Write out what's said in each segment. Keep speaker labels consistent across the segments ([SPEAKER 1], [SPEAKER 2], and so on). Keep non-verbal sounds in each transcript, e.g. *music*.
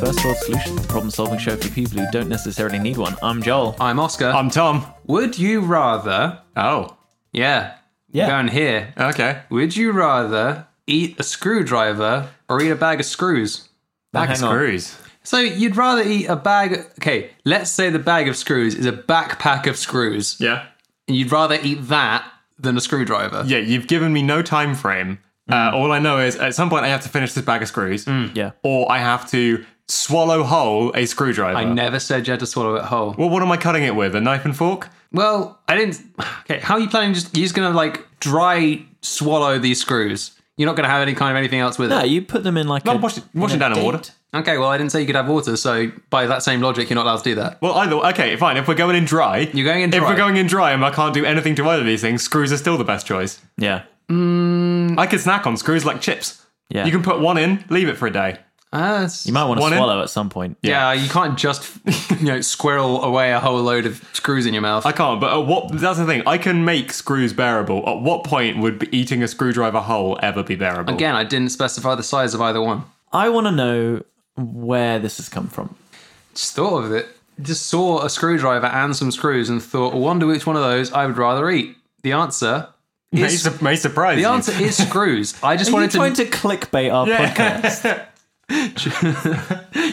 [SPEAKER 1] World Solutions, a problem solving show for people who don't necessarily need one. I'm Joel.
[SPEAKER 2] I'm Oscar.
[SPEAKER 3] I'm Tom.
[SPEAKER 2] Would you rather?
[SPEAKER 3] Oh,
[SPEAKER 2] Yeah.
[SPEAKER 1] Yeah.
[SPEAKER 2] Going here.
[SPEAKER 3] okay.
[SPEAKER 2] Would you rather eat a screwdriver or eat a bag of screws?
[SPEAKER 1] Now,
[SPEAKER 3] Back of
[SPEAKER 1] hang on.
[SPEAKER 3] screws.
[SPEAKER 2] So you'd rather eat a bag. Okay, let's say the bag of screws is a backpack of screws.
[SPEAKER 3] Yeah.
[SPEAKER 2] And you'd rather eat that than a screwdriver.
[SPEAKER 3] Yeah, you've given me no time frame. Uh, all I know is at some point I have to finish this bag of screws,
[SPEAKER 1] Yeah.
[SPEAKER 3] or I have to swallow whole a screwdriver.
[SPEAKER 2] I never said you had to swallow it whole.
[SPEAKER 3] Well, what am I cutting it with? A knife and fork?
[SPEAKER 2] Well, I didn't. Okay, how are you planning? Just you're just gonna like dry swallow these screws. You're not gonna have any kind of anything else with
[SPEAKER 1] No,
[SPEAKER 2] it.
[SPEAKER 1] you put them in like
[SPEAKER 3] No,
[SPEAKER 1] a.
[SPEAKER 3] wash it, wash it
[SPEAKER 1] a
[SPEAKER 3] down in
[SPEAKER 1] date.
[SPEAKER 3] water.
[SPEAKER 2] Okay, well I didn't say you could have water, so by that same logic, you're not allowed to do that.
[SPEAKER 3] Well, either okay, fine. If we're going in dry,
[SPEAKER 2] You're going in
[SPEAKER 3] If
[SPEAKER 2] dry.
[SPEAKER 3] we're going in dry and I can't do anything to either of these things, screws are still the best choice.
[SPEAKER 1] Yeah.
[SPEAKER 3] I could snack on screws like chips.
[SPEAKER 1] Mm. Yeah.
[SPEAKER 3] You can put one in, leave it for a day.
[SPEAKER 2] Ah,
[SPEAKER 1] You might want to
[SPEAKER 3] One in-
[SPEAKER 1] swallow at some point.
[SPEAKER 2] yeah, you can't just you know squirrel away a whole load of screws in your mouth.
[SPEAKER 3] I can't, but at what? That's the thing. I can make screws bearable. At what point would be- eating a screwdriver whole ever be bearable?
[SPEAKER 2] Again, I didn't specify the size of either one.
[SPEAKER 1] I want to know where this has come from.
[SPEAKER 2] Just thought of it. Just saw a screwdriver and some screws and thought, I wonder which one of those I would rather eat. The answer.
[SPEAKER 3] may,
[SPEAKER 2] Is,
[SPEAKER 3] su- may surprise
[SPEAKER 2] the
[SPEAKER 3] you.
[SPEAKER 2] answer is screws. I just
[SPEAKER 1] Are you
[SPEAKER 2] wanted
[SPEAKER 1] trying to clickbait our
[SPEAKER 2] *laughs*
[SPEAKER 1] podcast?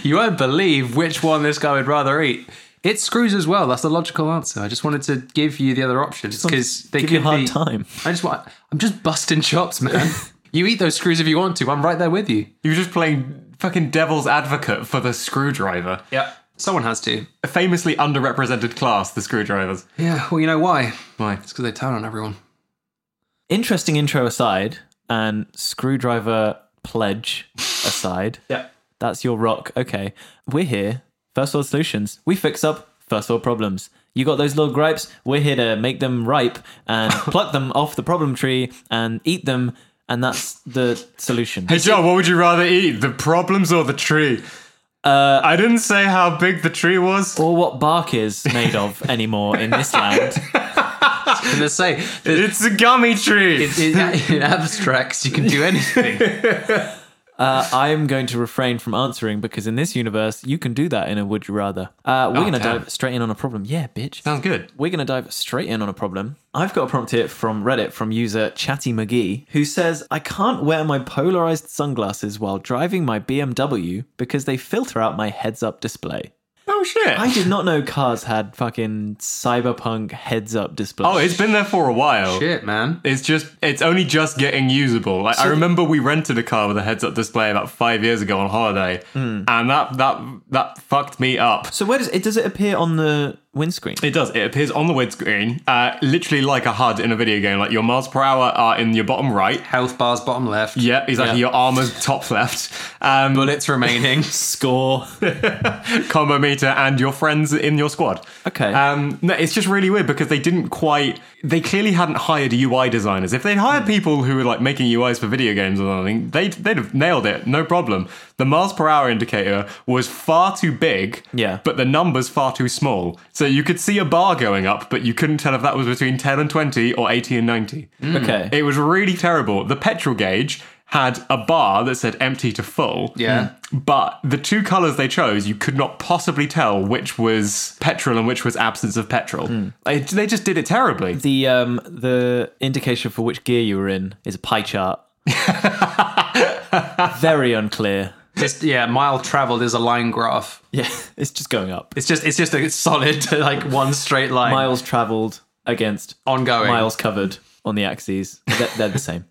[SPEAKER 2] You won't believe which one this guy would rather eat. It screws as well. That's the logical answer. I just wanted to give you the other options because they
[SPEAKER 1] Give
[SPEAKER 2] could
[SPEAKER 1] you a hard
[SPEAKER 2] be.
[SPEAKER 1] time.
[SPEAKER 2] I just want. I'm just busting chops, man. you eat those screws if you want to. I'm right there with you.
[SPEAKER 3] You're just playing fucking devil's advocate for the screwdriver.
[SPEAKER 2] Yeah. Someone has to.
[SPEAKER 3] A famously underrepresented class, the screwdrivers.
[SPEAKER 2] Yeah. Well, you know why?
[SPEAKER 3] Why?
[SPEAKER 2] It's because they turn on everyone.
[SPEAKER 1] Interesting intro aside, and screwdriver pledge
[SPEAKER 3] *laughs*
[SPEAKER 1] aside.
[SPEAKER 2] Yeah.
[SPEAKER 1] That's your rock. Okay. We're here. First world solutions. We fix up first world problems. You got those little gripes? We're here to make them ripe
[SPEAKER 3] *laughs*
[SPEAKER 1] and pluck them off the problem tree and eat them. And that's the solution.
[SPEAKER 3] Hey, John, what would you rather eat, the problems or the tree? Uh, I didn't say how big the tree was.
[SPEAKER 1] Or what bark is made of
[SPEAKER 3] *laughs*
[SPEAKER 1] anymore in this land.
[SPEAKER 2] And they say that
[SPEAKER 3] It's a gummy tree.
[SPEAKER 2] in, in abstracts you can do anything.
[SPEAKER 1] Uh, I'm going to refrain from answering because in this universe, you can do that in a would you rather. Uh, we're going to
[SPEAKER 3] Oh, damn.
[SPEAKER 1] dive straight in on a problem. Yeah, bitch.
[SPEAKER 3] Sounds good.
[SPEAKER 1] we're going to dive straight in on a problem. I've got a prompt here from Reddit from user Chatty McGee who says, I can't wear my polarized sunglasses while driving my BMW because they filter out my heads up display.
[SPEAKER 3] Oh shit.
[SPEAKER 1] I did not know cars had fucking cyberpunk heads up display.
[SPEAKER 3] oh, it's been there for a while.
[SPEAKER 2] Shit, man.
[SPEAKER 3] It's just it's only just getting usable. Like I remember we rented a car with a heads up display about five years ago on holiday, and that that that fucked me up.
[SPEAKER 1] so where does it does it appear on the windscreen?
[SPEAKER 3] It does. It appears on the windscreen, uh, literally like a HUD in a video game. Like your miles per hour are in your bottom right.
[SPEAKER 2] Health bars bottom left.
[SPEAKER 3] Yeah, exactly.
[SPEAKER 1] Yeah.
[SPEAKER 3] Your armor's top left, um,
[SPEAKER 2] Bullets *laughs* remaining.
[SPEAKER 1] Score.
[SPEAKER 3] combo meter, and your friends in your squad.
[SPEAKER 1] Okay.
[SPEAKER 3] Um, no, it's just really weird because they didn't quite. They clearly hadn't hired UI designers. If they'd
[SPEAKER 1] Hmm.
[SPEAKER 3] hired people who were like making UIs for video games or something, they'd they'd have nailed it, no problem. The miles per hour indicator was far too big.
[SPEAKER 1] Yeah.
[SPEAKER 3] But the numbers far too small, so you could see a bar going up, but you couldn't tell if that was between ten and twenty or eighty and ninety.
[SPEAKER 1] okay.
[SPEAKER 3] It was really terrible. The petrol gauge had a bar that said empty to full.
[SPEAKER 2] Yeah.
[SPEAKER 3] But the two colours they chose, you could not possibly tell which was petrol and which was absence of petrol.
[SPEAKER 1] Hmm.
[SPEAKER 3] They, they just did it terribly.
[SPEAKER 1] the um the indication for which gear you were in is a pie
[SPEAKER 3] *laughs*
[SPEAKER 1] chart. Very unclear.
[SPEAKER 2] Just yeah, mile traveled is a line graph.
[SPEAKER 1] Yeah, *laughs* it's just going up.
[SPEAKER 2] It's just it's just a solid *laughs* like one straight line.
[SPEAKER 1] miles traveled against
[SPEAKER 2] ongoing.
[SPEAKER 1] miles covered on the axes. They're, they're the
[SPEAKER 3] *laughs*
[SPEAKER 1] same.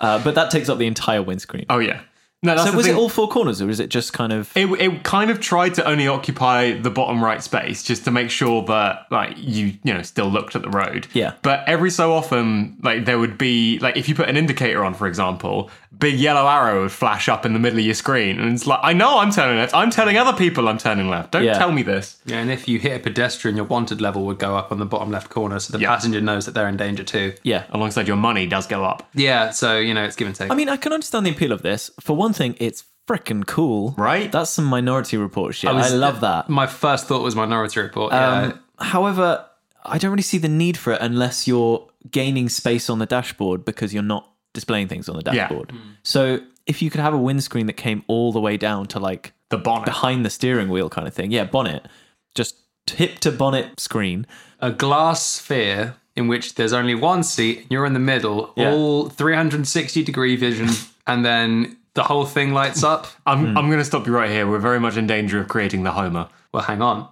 [SPEAKER 1] Uh, but that takes up the entire windscreen.
[SPEAKER 3] Oh yeah. No, that's
[SPEAKER 1] so
[SPEAKER 3] the
[SPEAKER 1] was
[SPEAKER 3] thing.
[SPEAKER 1] it all four corners, or is it just kind of?
[SPEAKER 3] it, it kind of tried to only occupy the bottom right space just to make sure that like you you know still looked at the road
[SPEAKER 1] Yeah.
[SPEAKER 3] but every so often like there would be like if you put an indicator on for example big yellow arrow would flash up in the middle of your screen and it's like i know i'm turning left i'm telling other people i'm turning left don't
[SPEAKER 1] Yeah.
[SPEAKER 3] tell me this
[SPEAKER 2] Yeah, and if you hit a pedestrian, your wanted level would go up on the bottom left corner, so the
[SPEAKER 3] Yeah.
[SPEAKER 2] passenger knows that they're in danger too.
[SPEAKER 1] Yeah.
[SPEAKER 3] alongside your money does go up
[SPEAKER 2] Yeah, so you know it's give and take.
[SPEAKER 1] I mean, I can understand the appeal of this. For one thing, it's frickin' cool,
[SPEAKER 3] Right?
[SPEAKER 1] That's some Minority Report shit. I,
[SPEAKER 2] was-
[SPEAKER 1] love that.
[SPEAKER 2] my first thought was Minority Report. yeah.
[SPEAKER 1] Um, however, I don't really see the need for it unless you're gaining space on the dashboard because you're not displaying things on the dashboard. So if you could have a windscreen that came all the way down to like
[SPEAKER 3] the bonnet.
[SPEAKER 1] behind the steering wheel kind of thing. Yeah, bonnet. Just hip to bonnet screen.
[SPEAKER 2] a glass sphere in which there's only one seat and you're in the middle
[SPEAKER 1] Yeah.
[SPEAKER 2] all 360 degree vision and then the whole thing lights up
[SPEAKER 3] I'm,
[SPEAKER 1] Hmm.
[SPEAKER 3] I'm going to stop you right here. We're very much in danger of creating the Homer. *laughs*
[SPEAKER 2] well hang on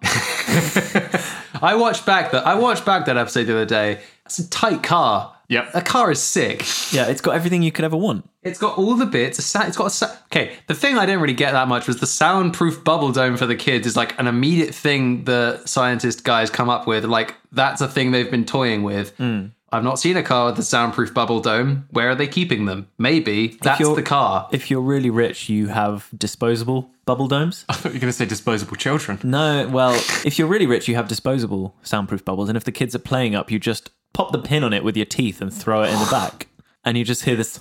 [SPEAKER 2] i watched back that i watched back that episode the other day it's a tight car
[SPEAKER 3] Yep.
[SPEAKER 2] that car is sick
[SPEAKER 1] Yeah, it's got everything you could ever want.
[SPEAKER 2] it's got all the bits a sa- it's got a sa- okay the thing i didn't really get that much was the soundproof bubble dome for the kids is like an immediate thing the scientist guys come up with like that's a thing they've been toying with
[SPEAKER 1] Hmm.
[SPEAKER 2] I've not seen a car with a soundproof bubble dome. Where are they keeping them? Maybe that's
[SPEAKER 1] you're-
[SPEAKER 2] the car.
[SPEAKER 1] *sighs* If you're really rich, you have disposable bubble domes.
[SPEAKER 3] I thought you were going to say disposable children.
[SPEAKER 1] No, well, if you're really rich, you have disposable soundproof bubbles, and if the kids are playing up, you just pop the pin on it with your teeth and throw it in the back, and you just hear this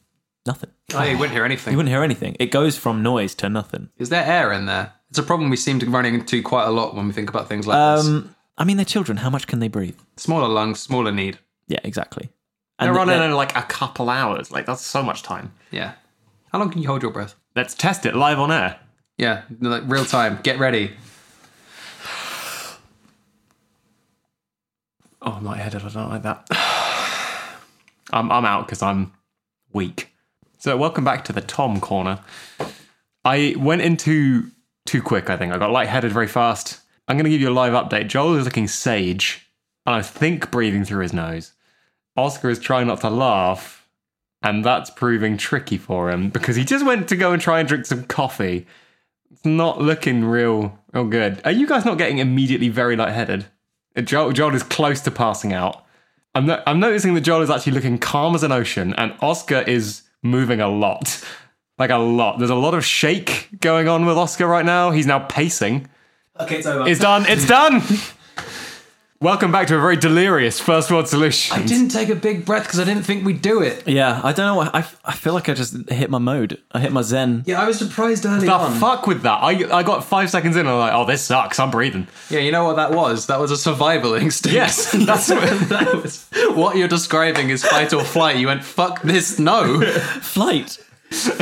[SPEAKER 1] *laughs* nothing.
[SPEAKER 2] I wouldn't hear anything.
[SPEAKER 1] You wouldn't hear anything. It goes from noise to nothing.
[SPEAKER 2] Is there air in there? It's a problem we seem to be running into quite a lot when we think about things like this.
[SPEAKER 1] Um, I mean, they're children. How much can they breathe?
[SPEAKER 2] Smaller lungs, smaller need.
[SPEAKER 1] Yeah, exactly.
[SPEAKER 3] They're
[SPEAKER 1] And
[SPEAKER 3] on
[SPEAKER 1] th-
[SPEAKER 3] it in like a couple hours. Like, that's so much time.
[SPEAKER 2] Yeah. How long can you hold your breath?
[SPEAKER 3] Let's test it live on air.
[SPEAKER 2] Yeah, like real time. Get ready.
[SPEAKER 3] Oh, I'm lightheaded. I don't like that. *sighs* I'm, I'm out because I'm weak. So, welcome back to the Tom corner. I went in too, too quick, I think. I got lightheaded very fast. I'm going to give you a live update. Joel is looking sage, and I think breathing through his nose. Oscar is trying not to laugh, and that's proving tricky for him because he just went to go and try and drink some coffee. It's not looking real, real good. Are you guys not getting immediately very lightheaded? Joel, Joel is close to passing out. I'm, no, I'm noticing that Joel is actually looking calm as an ocean, and Oscar is moving a lot. Like a lot. There's a lot of shake going on with Oscar right now. He's now pacing.
[SPEAKER 1] Okay, it's over.
[SPEAKER 3] It's done. It's done. *laughs* Welcome back to a very delirious first world solution.
[SPEAKER 2] I didn't take a big breath because I didn't think we'd do it.
[SPEAKER 1] yeah, I don't know. Why, I I feel like I just hit my mode. I hit my zen.
[SPEAKER 2] Yeah, I was surprised early
[SPEAKER 3] the
[SPEAKER 2] on.
[SPEAKER 3] fuck with that. I, I got five seconds in and I'm like, oh, this sucks. I'm breathing. *laughs*
[SPEAKER 2] Yeah, you know what that was? That was a survival *laughs* instinct.
[SPEAKER 3] Yes, that's what-
[SPEAKER 2] that was what you're describing is fight or flight. You went fuck this, no.
[SPEAKER 1] Flight.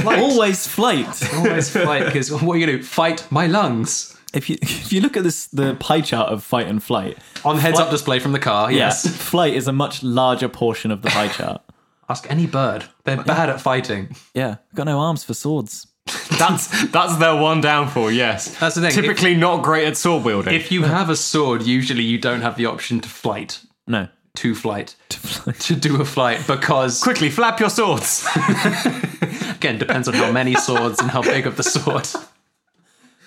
[SPEAKER 1] Always flight.
[SPEAKER 2] *laughs* Always flight because what are you gonna do? Fight my lungs
[SPEAKER 1] If you if you look at this the pie chart of fight and flight,
[SPEAKER 2] on heads up display from the car. Yes.
[SPEAKER 1] yes, flight is a much larger portion of the pie chart.
[SPEAKER 2] Ask any bird. They're bad at fighting.
[SPEAKER 1] *laughs* Yeah, got no arms for swords.
[SPEAKER 3] That's that's their one downfall, yes.
[SPEAKER 2] That's the thing.
[SPEAKER 3] Typically not great at sword wielding.
[SPEAKER 2] If you have a sword, usually you don't have the option to flight,
[SPEAKER 1] No.
[SPEAKER 2] to flight, to do a flight because
[SPEAKER 3] Quickly, flap your swords.
[SPEAKER 2] again depends on how many swords and how big of the *laughs* sword.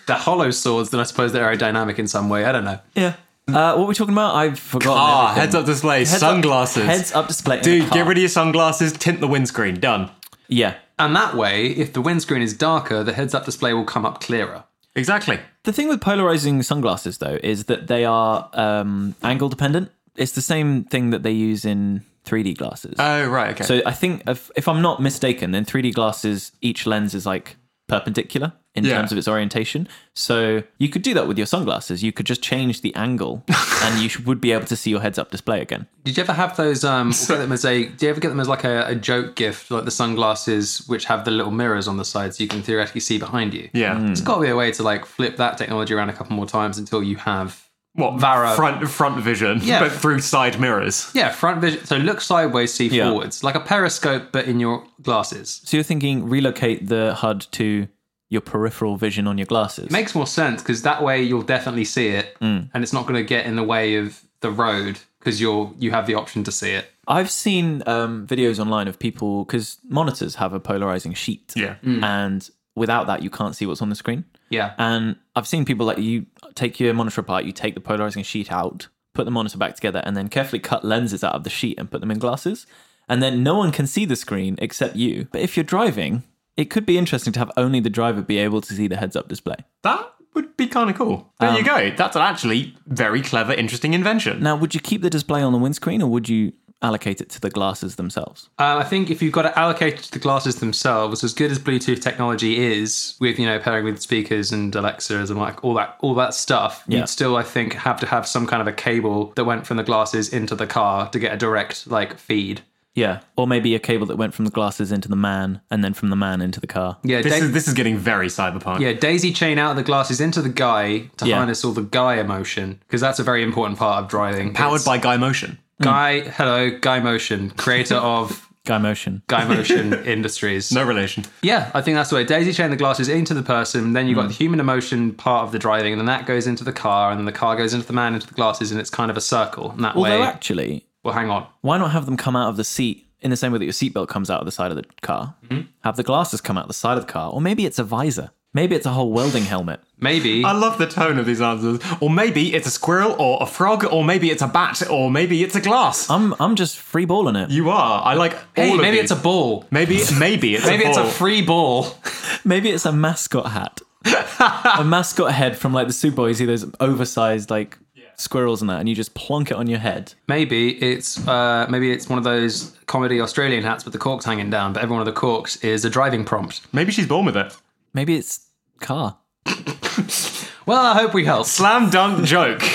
[SPEAKER 2] They're hollow swords, then I suppose they're aerodynamic in some way. I don't know.
[SPEAKER 1] Yeah. Uh, what were we talking about? I've forgotten.
[SPEAKER 3] Ah,
[SPEAKER 1] everything.
[SPEAKER 3] heads up display,
[SPEAKER 1] Heads up-
[SPEAKER 3] sunglasses.
[SPEAKER 1] heads up display. in a
[SPEAKER 3] Dude,
[SPEAKER 1] car. Uh,
[SPEAKER 3] get rid of your sunglasses, tint the windscreen. Done.
[SPEAKER 1] Yeah.
[SPEAKER 2] And that way, if the windscreen is darker, the heads up display will come up clearer.
[SPEAKER 3] Exactly.
[SPEAKER 1] The thing with polarizing sunglasses, though, is that they are um, angle dependent. It's the same thing that they use in 3D glasses.
[SPEAKER 3] Oh, right, okay.
[SPEAKER 1] so I think if, if I'm not mistaken, in 3D glasses, each lens is like perpendicular in
[SPEAKER 3] Yeah.
[SPEAKER 1] terms of its orientation. So you could do that with your sunglasses. You could just change the
[SPEAKER 3] *laughs*
[SPEAKER 1] angle, and you sh- would be able to see your heads up display again.
[SPEAKER 2] Did you ever have those? Um, we'll get them as a. Do you ever get them as like a, a joke gift, like the sunglasses which have the little mirrors on the side, so you can theoretically see behind you?
[SPEAKER 3] yeah.
[SPEAKER 2] It's got to be a way to like flip that technology around a couple more times until you have
[SPEAKER 3] What?
[SPEAKER 2] Vara-
[SPEAKER 3] Front front vision,
[SPEAKER 2] Yeah.
[SPEAKER 3] but through side mirrors.
[SPEAKER 2] yeah front vision. So look sideways, see
[SPEAKER 1] Yeah.
[SPEAKER 2] forwards, like a periscope, but in your glasses.
[SPEAKER 1] So you're thinking relocate the HUD to your peripheral vision on your glasses.
[SPEAKER 2] Makes more sense because that way you'll definitely see it, and it's not going to get in the way of the road because you're you have the option to see it.
[SPEAKER 1] I've seen um, videos online of people because monitors have a polarizing sheet,
[SPEAKER 3] Yeah.
[SPEAKER 1] and without that you can't see what's on the screen.
[SPEAKER 2] Yeah.
[SPEAKER 1] And I've seen people like you take your monitor apart, you take the polarizing sheet out, put the monitor back together, and then carefully cut lenses out of the sheet and put them in glasses. And then no one can see the screen except you. But if you're driving, it could be interesting to have only the driver be able to see the heads up display.
[SPEAKER 3] That would be kind of cool. There
[SPEAKER 2] Um,
[SPEAKER 3] you go. That's an actually very clever, interesting invention.
[SPEAKER 1] Now, would you keep the display on the windscreen or would you allocate it to the glasses themselves?
[SPEAKER 2] Uh, I think if you've got it allocated to the glasses themselves, as good as Bluetooth technology is, with you know pairing with speakers and Alexas and like all that all that stuff,
[SPEAKER 1] Yeah.
[SPEAKER 2] you'd still I think have to have some kind of a cable that went from the glasses into the car to get a direct like feed.
[SPEAKER 1] Yeah, or maybe a cable that went from the glasses into the man, and then from the man into the car.
[SPEAKER 2] Yeah,
[SPEAKER 3] This
[SPEAKER 2] Da-
[SPEAKER 3] is this is getting very cyberpunk.
[SPEAKER 2] yeah, daisy chain out of the glasses into the guy to
[SPEAKER 1] Yeah.
[SPEAKER 2] harness all the guy emotion because that's a very important part of driving.
[SPEAKER 3] Powered
[SPEAKER 2] It's
[SPEAKER 3] by Guy Motion.
[SPEAKER 2] Guy. Hello, Guy Motion, creator of
[SPEAKER 1] Guy motion.
[SPEAKER 2] Guy Motion *laughs* Industries.
[SPEAKER 3] No relation.
[SPEAKER 2] Yeah, I think that's the way. Daisy chain the glasses into the person, then you've
[SPEAKER 3] Hmm.
[SPEAKER 2] got the human emotion part of the driving, and then that goes into the car, and then the car goes into the man, into the glasses, and it's kind of a circle. And that
[SPEAKER 1] Although
[SPEAKER 2] way,
[SPEAKER 1] actually,
[SPEAKER 2] well, hang on.
[SPEAKER 1] why not have them come out of the seat in the same way that your seatbelt comes out of the side of the car? Have the glasses come out the side of the car, or maybe it's a visor. Maybe it's a whole welding helmet.
[SPEAKER 2] Maybe
[SPEAKER 3] I love the tone of these answers. Or maybe it's a squirrel or a frog, or maybe it's a bat, or maybe it's a glass.
[SPEAKER 1] I'm I'm just free balling it.
[SPEAKER 3] you are. I like
[SPEAKER 2] Um, hey,
[SPEAKER 3] all of
[SPEAKER 2] maybe it's
[SPEAKER 3] these.
[SPEAKER 2] a ball.
[SPEAKER 3] Maybe maybe
[SPEAKER 2] *laughs*
[SPEAKER 3] it's
[SPEAKER 2] Maybe
[SPEAKER 3] a
[SPEAKER 2] it's a
[SPEAKER 3] ball.
[SPEAKER 2] free ball. *laughs*
[SPEAKER 1] Maybe it's a mascot hat, a mascot head from like the Super Bowl. You see those oversized like squirrels and that, and you just plonk it on your head.
[SPEAKER 2] Maybe it's uh, maybe it's one of those comedy Australian hats with the corks hanging down, but every one of the corks is a driving prompt.
[SPEAKER 3] maybe she's born with it.
[SPEAKER 1] Maybe it's car.
[SPEAKER 2] Well, I hope we helped.
[SPEAKER 3] Slam dunk joke. *laughs*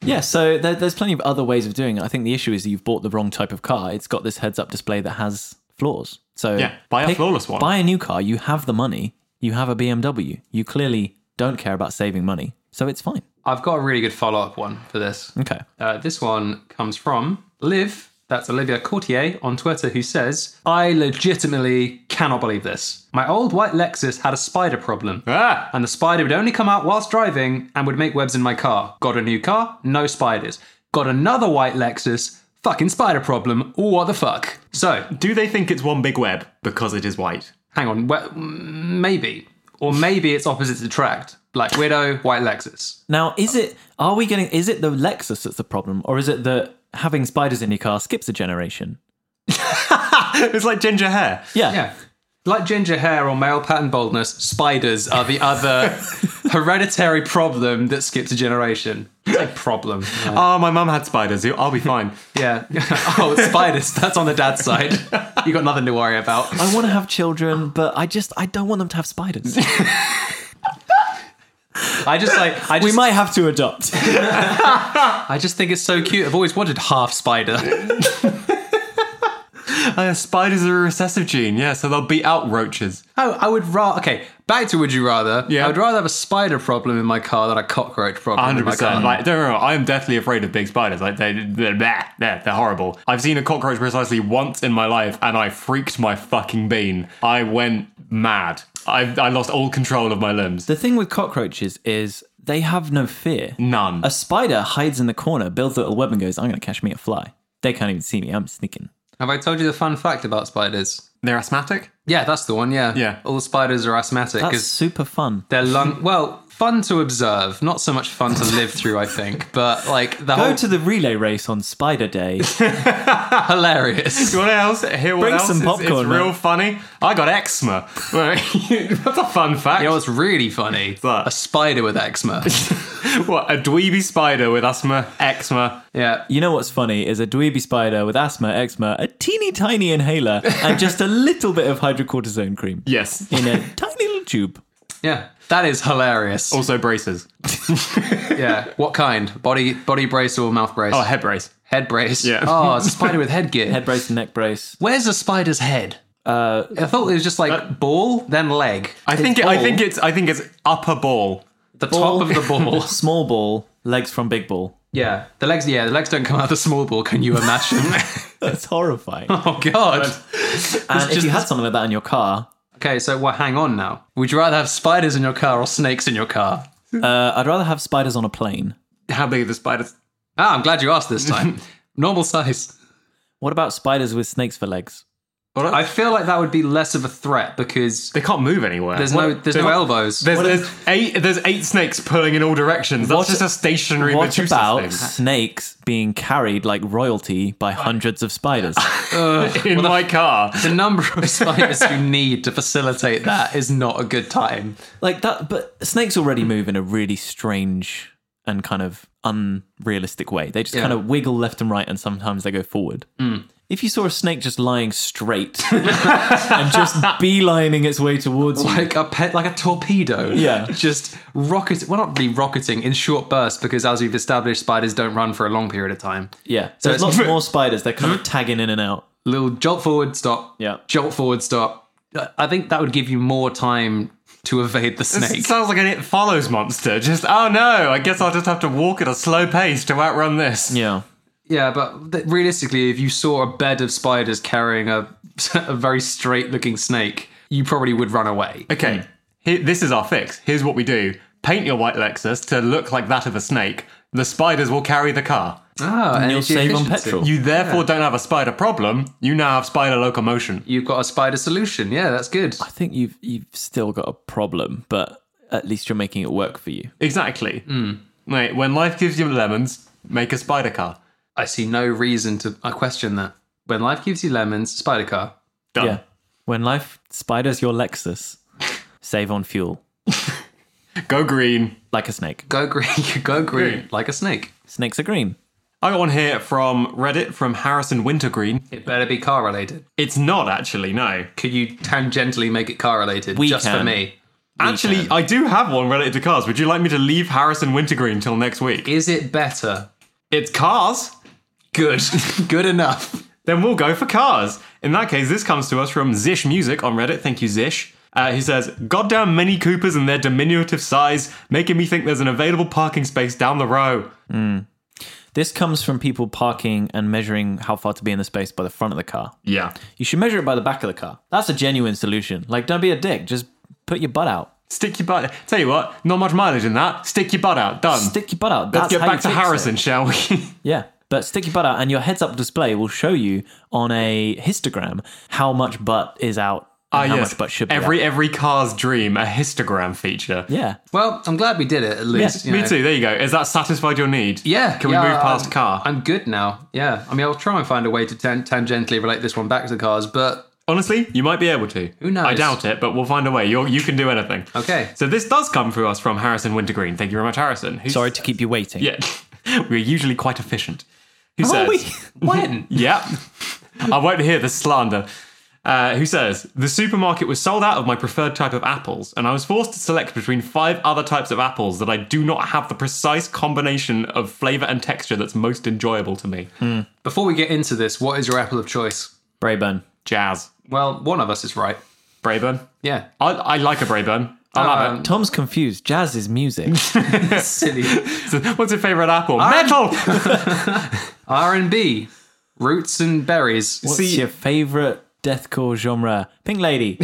[SPEAKER 1] Yeah, so there, there's plenty of other ways of doing it. I think the issue is that you've bought the wrong type of car. It's got this heads-up display that has flaws. So
[SPEAKER 3] Yeah, buy a flawless one.
[SPEAKER 1] Buy a new car. You have the money. You have a BMW. You clearly don't care about saving money, so it's fine.
[SPEAKER 2] I've got a really good follow up one for this.
[SPEAKER 1] Okay.
[SPEAKER 2] Uh, this one comes from Liv, that's Olivia Courtier on Twitter, who says, I legitimately cannot believe this. My old white Lexus had a spider problem.
[SPEAKER 3] Ah.
[SPEAKER 2] And the spider would only come out whilst driving and would make webs in my car. Got a new car, no spiders. Got another white Lexus, fucking spider problem. What the fuck? So,
[SPEAKER 3] Do they think it's one big web because it is white? *laughs*
[SPEAKER 2] hang on, we- maybe. Or maybe it's opposites attract. Like widow, white Lexus.
[SPEAKER 1] Now, is it? Are we getting? Is it the Lexus that's the problem, or is it that having spiders in your car skips a generation?
[SPEAKER 3] It's like ginger hair.
[SPEAKER 1] Yeah.
[SPEAKER 2] Yeah. Like ginger hair or male pattern baldness, spiders are the
[SPEAKER 3] *laughs*
[SPEAKER 2] other hereditary problem that skips a generation. It's a problem. Uh,
[SPEAKER 3] Oh, my mum had spiders. I'll
[SPEAKER 1] *laughs*
[SPEAKER 3] be fine.
[SPEAKER 2] yeah. *laughs* oh, it's spiders. That's on the dad's side. You got nothing to worry about.
[SPEAKER 1] I want to have children, but I just I don't want them to have
[SPEAKER 3] *laughs*
[SPEAKER 1] spiders.
[SPEAKER 2] I just like I
[SPEAKER 1] we
[SPEAKER 2] just
[SPEAKER 1] might have to adopt. *laughs*
[SPEAKER 2] I just think it's so cute. I've always wanted half
[SPEAKER 3] *laughs*
[SPEAKER 2] spider.
[SPEAKER 3] Uh, spiders are a recessive gene, yeah, so they'll beat out roaches.
[SPEAKER 2] Oh, I would rather. Okay, back to would you rather?
[SPEAKER 3] Yeah.
[SPEAKER 2] I would rather have a spider problem in my car than a cockroach
[SPEAKER 1] Oh
[SPEAKER 2] problem in my
[SPEAKER 3] 100%.
[SPEAKER 2] car.
[SPEAKER 3] Like, don't know, I'm deathly afraid of big spiders. Like, they, they're, bleh, they're, they're horrible. I've seen a cockroach precisely once in my life, and I freaked my fucking bean. I went mad. I, I lost all control of my limbs.
[SPEAKER 1] The thing with cockroaches is they have no fear.
[SPEAKER 3] None.
[SPEAKER 1] A spider hides in the corner, builds a little web, and goes, I'm going to catch me a fly. They can't even see me. I'm sneaking.
[SPEAKER 2] Have I told you the fun fact about spiders?
[SPEAKER 3] They're asthmatic?
[SPEAKER 2] Yeah, that's the one. Yeah.
[SPEAKER 3] Yeah.
[SPEAKER 2] All spiders are asthmatic.
[SPEAKER 1] That's
[SPEAKER 2] 'cause-
[SPEAKER 1] super fun.
[SPEAKER 2] They're lung. Well, fun to observe, not so much fun to live through. I think, but like
[SPEAKER 1] Go
[SPEAKER 2] the whole
[SPEAKER 1] to the relay race on Spider
[SPEAKER 2] *laughs*
[SPEAKER 1] Day.
[SPEAKER 3] *laughs*
[SPEAKER 2] hilarious.
[SPEAKER 3] You want to else, hear what
[SPEAKER 1] Bring
[SPEAKER 3] else
[SPEAKER 1] some
[SPEAKER 3] is- is,
[SPEAKER 1] popcorn,
[SPEAKER 3] real
[SPEAKER 1] mate.
[SPEAKER 3] funny? I got eczema. *laughs* Right. That's a fun fact.
[SPEAKER 2] You know what's really funny?
[SPEAKER 3] What?
[SPEAKER 2] A spider with eczema.
[SPEAKER 3] *laughs* what, a dweeby spider with asthma, eczema,
[SPEAKER 2] yeah.
[SPEAKER 1] You know what's funny is a dweeby spider with asthma, eczema, a teeny tiny inhaler, and just a little bit of hydrocortisone cream
[SPEAKER 3] yes.
[SPEAKER 1] in a tiny little tube.
[SPEAKER 2] Yeah. That is hilarious.
[SPEAKER 3] Also braces.
[SPEAKER 2] *laughs* Yeah. What kind? Body body brace or mouth brace?
[SPEAKER 3] Oh, head brace.
[SPEAKER 2] head brace.
[SPEAKER 3] Yeah.
[SPEAKER 2] Oh, it's a spider with headgear.
[SPEAKER 1] Head brace and neck brace.
[SPEAKER 2] Where's a spider's head? Uh, I thought it was just like ball, then leg.
[SPEAKER 3] I think it, I think it's I think it's upper ball.
[SPEAKER 2] the
[SPEAKER 1] Ball. *laughs*
[SPEAKER 2] top of the ball. *laughs*
[SPEAKER 1] Small ball, legs from big ball.
[SPEAKER 2] yeah. The legs. Yeah. The legs don't come out of the small ball. Can you imagine?
[SPEAKER 1] That's
[SPEAKER 2] *laughs*
[SPEAKER 1] horrifying.
[SPEAKER 2] oh God.
[SPEAKER 1] and if
[SPEAKER 2] just
[SPEAKER 1] you had something like that in your car,
[SPEAKER 2] Okay, so well, hang on now. Would you rather have spiders in your car or snakes in your car?
[SPEAKER 1] uh, I'd rather have spiders on a plane.
[SPEAKER 3] How big are the spiders?
[SPEAKER 2] Ah, I'm glad you asked
[SPEAKER 1] *laughs*
[SPEAKER 2] this time. Normal size.
[SPEAKER 1] What about spiders with snakes for legs?
[SPEAKER 2] I feel like that would be less of a threat because
[SPEAKER 3] They can't move anywhere.
[SPEAKER 2] there's no there's
[SPEAKER 3] they're
[SPEAKER 2] no
[SPEAKER 3] not-
[SPEAKER 2] elbows.
[SPEAKER 3] There's, there's eight there's eight snakes pulling in all directions. That's
[SPEAKER 1] What-
[SPEAKER 3] just a stationary
[SPEAKER 1] What
[SPEAKER 3] Medusa
[SPEAKER 1] about
[SPEAKER 3] thing.
[SPEAKER 1] snakes being carried like royalty by hundreds of spiders?
[SPEAKER 2] *laughs*
[SPEAKER 3] in my car.
[SPEAKER 2] the number of spiders you need to facilitate that is not a good time.
[SPEAKER 1] *laughs* like that, but snakes already move in a really strange and kind of unrealistic way. They just kind of wiggle left and right, and sometimes they go forward.
[SPEAKER 2] Mm.
[SPEAKER 1] If you saw a snake just lying straight *laughs* and just beelining its way towards you,
[SPEAKER 2] Like a pet, like a torpedo.
[SPEAKER 1] Yeah.
[SPEAKER 2] just rocket. Well, not really rocketing in short bursts because, as we've established, spiders don't run for a long period of time.
[SPEAKER 1] yeah. So there's
[SPEAKER 2] *laughs* it's- Hmm?
[SPEAKER 1] lots more spiders. They're kind of tagging in and out.
[SPEAKER 2] little jolt forward, stop.
[SPEAKER 1] Yeah.
[SPEAKER 2] Jolt forward, stop. I- I think that would give you more time to evade the
[SPEAKER 3] This
[SPEAKER 2] snake.
[SPEAKER 3] sounds like an It Follows monster. Just, oh no, I guess I'll just have to walk at a slow pace to outrun this.
[SPEAKER 1] Yeah.
[SPEAKER 2] Yeah, but th- realistically, if you saw a bed of spiders carrying a, *laughs* a very straight looking snake, you probably would run away.
[SPEAKER 3] Okay, here, this is our fix. Here's what we do paint your white Lexus to look like that of a snake. The spiders will carry the car.
[SPEAKER 2] Ah, and
[SPEAKER 1] you'll
[SPEAKER 2] energy
[SPEAKER 1] save on
[SPEAKER 2] efficiency.
[SPEAKER 1] petrol.
[SPEAKER 3] You therefore don't have a spider problem, you now have spider locomotion.
[SPEAKER 2] You've got a spider solution. Yeah, that's good.
[SPEAKER 1] I think you've you've still got a problem, but at least you're making it work for you.
[SPEAKER 3] Exactly. Mate, when life gives you lemons, make a spider car.
[SPEAKER 2] I see no reason to I question that. When life gives you lemons, spider car.
[SPEAKER 3] Done.
[SPEAKER 1] Yeah. Um, When life spiders your Lexus, save on fuel
[SPEAKER 3] Go green.
[SPEAKER 1] like a snake.
[SPEAKER 2] Go green, *laughs* go green,
[SPEAKER 3] Green.
[SPEAKER 2] like a snake.
[SPEAKER 1] Snakes are green.
[SPEAKER 3] I got one here from Reddit from Harrison Wintergreen.
[SPEAKER 2] It better be car related.
[SPEAKER 3] It's not actually, no.
[SPEAKER 2] Could you tangentially make it car related
[SPEAKER 1] We
[SPEAKER 2] just for
[SPEAKER 1] can.
[SPEAKER 2] me?
[SPEAKER 3] Actually, I do have one related to cars. Would you like me to leave Harrison Wintergreen till next week?
[SPEAKER 2] Is it better?
[SPEAKER 3] It's cars.
[SPEAKER 2] Good. *laughs* good enough.
[SPEAKER 3] Then we'll go for cars. In that case, this comes to us from Zish Music on Reddit. Thank you, Zish. Uh, he says, Goddamn Mini Coopers and their diminutive size, making me think there's an available parking space down the row.
[SPEAKER 1] This comes from people parking and measuring how far to be in the space by the front of the car.
[SPEAKER 3] Yeah.
[SPEAKER 1] You should measure it by the back of the car. That's a genuine solution. Like, don't be a dick. Just put your butt out.
[SPEAKER 3] Stick your butt. Tell you what, not much mileage in that. Stick your butt out. Done.
[SPEAKER 1] Stick your butt out.
[SPEAKER 3] Let's
[SPEAKER 1] That's
[SPEAKER 3] get
[SPEAKER 1] how
[SPEAKER 3] back
[SPEAKER 1] you
[SPEAKER 3] to
[SPEAKER 1] fix it.
[SPEAKER 3] Harrison, shall *laughs* we?
[SPEAKER 1] Yeah. But stick your butt out, and your heads up display will show you on a histogram how much butt is out and how much butt should be
[SPEAKER 3] Ah, every
[SPEAKER 1] out.
[SPEAKER 3] every car's dream, a histogram feature.
[SPEAKER 1] Yeah.
[SPEAKER 2] Well, I'm glad we did it at least. you
[SPEAKER 3] Me
[SPEAKER 2] know.
[SPEAKER 3] too. There you go. Is that satisfied your need?
[SPEAKER 2] Yeah.
[SPEAKER 3] Can we
[SPEAKER 2] yeah,
[SPEAKER 3] move past
[SPEAKER 2] I'm-
[SPEAKER 3] car?
[SPEAKER 2] I'm good now. Yeah. I mean, I'll try and find a way to tan- tangentially relate this one back to cars, but
[SPEAKER 3] Honestly, you might be able to. Who
[SPEAKER 2] knows?
[SPEAKER 3] I doubt it, but we'll find a way. You're, you can do anything.
[SPEAKER 2] Okay.
[SPEAKER 3] So this does come through us from Harrison Wintergreen. Thank you very much, Harrison. Who's,
[SPEAKER 1] Sorry to keep you waiting.
[SPEAKER 3] *laughs* Yeah. We're usually quite efficient. Who
[SPEAKER 1] Are
[SPEAKER 3] says?
[SPEAKER 1] we? *laughs*
[SPEAKER 3] *laughs*
[SPEAKER 2] when?
[SPEAKER 3] Yep. I won't hear the slander. Uh, who says the supermarket was sold out of my preferred type of apples, and I was forced to select between five other types of apples that I do not have the precise combination of flavor and texture that's most enjoyable to me.
[SPEAKER 1] Hmm.
[SPEAKER 2] Before we get into this, what is your apple of choice?
[SPEAKER 1] Brayburn.
[SPEAKER 3] Jazz,
[SPEAKER 2] Well, one of us is right.
[SPEAKER 3] Brayburn. *laughs*
[SPEAKER 2] Yeah.
[SPEAKER 3] I, I like a Brayburn. I love
[SPEAKER 2] Um,
[SPEAKER 3] it.
[SPEAKER 1] Tom's confused. Jazz is
[SPEAKER 3] *laughs*
[SPEAKER 1] music.
[SPEAKER 2] Silly.
[SPEAKER 3] So *laughs* what's your favorite apple? Metal.
[SPEAKER 2] R&B, roots and berries.
[SPEAKER 1] What's
[SPEAKER 3] See-
[SPEAKER 1] your favorite deathcore genre? Pink
[SPEAKER 3] *laughs*
[SPEAKER 1] Lady.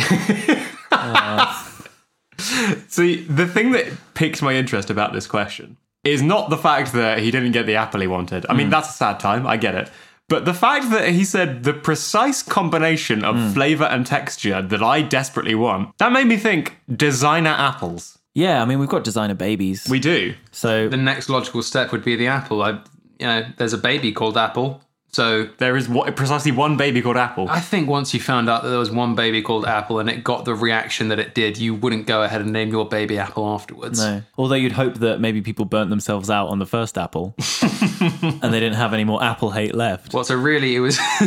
[SPEAKER 3] See, the thing that piqued my interest about this question is not the fact that he didn't get the apple he wanted. I mean, that's a sad time. I get it. But the fact that he said the precise combination of flavor and texture that I desperately want, that made me think designer apples.
[SPEAKER 1] yeah, I mean we've got designer babies.
[SPEAKER 3] We do.
[SPEAKER 1] so
[SPEAKER 2] The next logical step would be the apple. I, you know, there's a baby called Apple. So
[SPEAKER 3] There is what, precisely one baby called Apple.
[SPEAKER 2] I think once you found out that there was one baby called Apple and it got the reaction that it did, you wouldn't go ahead and name your baby Apple afterwards.
[SPEAKER 1] no. Although you'd hope that maybe people burnt themselves out on the first
[SPEAKER 3] *laughs*
[SPEAKER 1] apple and they didn't have any more apple hate left.
[SPEAKER 2] Well, so really, it was. *laughs*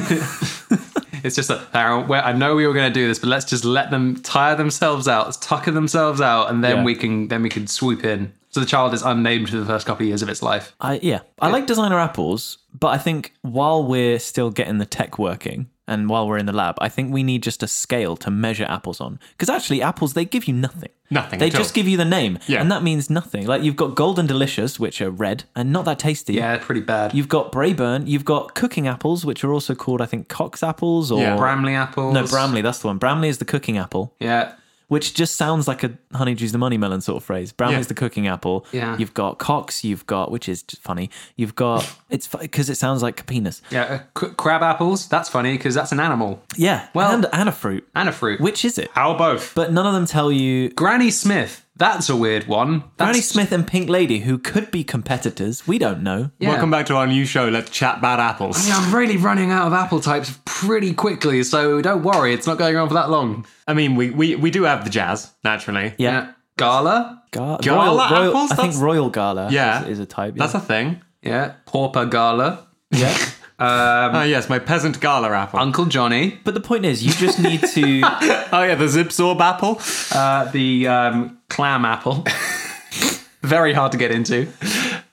[SPEAKER 2] it's just that Aaron, well, I know we were going to do this, but let's just let them tire themselves out, let's tucker themselves out, and then
[SPEAKER 1] Yeah.
[SPEAKER 2] we can then we can swoop in. So the child is unnamed for the first couple of years of its life.
[SPEAKER 1] I yeah. I like designer apples, but I think while we're still getting the tech working and while we're in the lab, I think we need just a scale to measure apples on. Because actually apples they give you nothing.
[SPEAKER 3] Nothing
[SPEAKER 1] They
[SPEAKER 3] at all.
[SPEAKER 1] just give you the name.
[SPEAKER 3] Yeah.
[SPEAKER 1] And that means nothing. Like you've got golden delicious, which are red and not that tasty.
[SPEAKER 2] Yeah, pretty bad.
[SPEAKER 1] You've got Brayburn. You've got cooking apples, which are also called, I think, Cox apples or
[SPEAKER 3] Yeah.
[SPEAKER 2] Bramley apples.
[SPEAKER 1] no Bramley. That's the one. Bramley is the cooking apple,
[SPEAKER 2] Yeah.
[SPEAKER 1] which just sounds like a honeydew's the money melon sort of phrase. Bramley's
[SPEAKER 3] Yeah.
[SPEAKER 1] the cooking apple.
[SPEAKER 2] Yeah.
[SPEAKER 1] You've got Cox. You've got, which is just funny. You've got it's because it sounds like penis.
[SPEAKER 2] Yeah, uh, c- crab apples. That's funny because that's an animal
[SPEAKER 1] Yeah.
[SPEAKER 2] Well-
[SPEAKER 1] and and a fruit.
[SPEAKER 2] and a fruit.
[SPEAKER 1] Which is it?
[SPEAKER 3] How both?
[SPEAKER 1] But none of them tell you.
[SPEAKER 2] Granny Smith. That's a weird one. That's,
[SPEAKER 1] Granny Smith and Pink Lady, who could be competitors, we don't know.
[SPEAKER 2] Yeah.
[SPEAKER 3] Welcome back to our new show, Let's Chat Bad
[SPEAKER 2] *laughs*
[SPEAKER 3] Apples.
[SPEAKER 2] Yeah, I'm really running out of apple types pretty quickly, so don't worry, it's not going on for that long.
[SPEAKER 3] I mean, we, we, we do have the jazz, naturally.
[SPEAKER 1] Yeah,
[SPEAKER 2] Yeah. Gala.
[SPEAKER 1] Gar-
[SPEAKER 3] Gala
[SPEAKER 1] royal, royal-
[SPEAKER 3] apples?
[SPEAKER 1] I think
[SPEAKER 3] That's-
[SPEAKER 1] royal gala.
[SPEAKER 3] Yeah.
[SPEAKER 1] is, is a type. Yeah.
[SPEAKER 3] That's a thing.
[SPEAKER 2] Yeah. Pauper Gala.
[SPEAKER 1] yeah.
[SPEAKER 3] Ah, yes, my peasant gala apple.
[SPEAKER 2] Uncle Johnny.
[SPEAKER 1] But the point is, you just need to.
[SPEAKER 3] *laughs* oh, yeah, the Zipsorb apple.
[SPEAKER 2] Uh, the um, clam apple. Very hard to get into.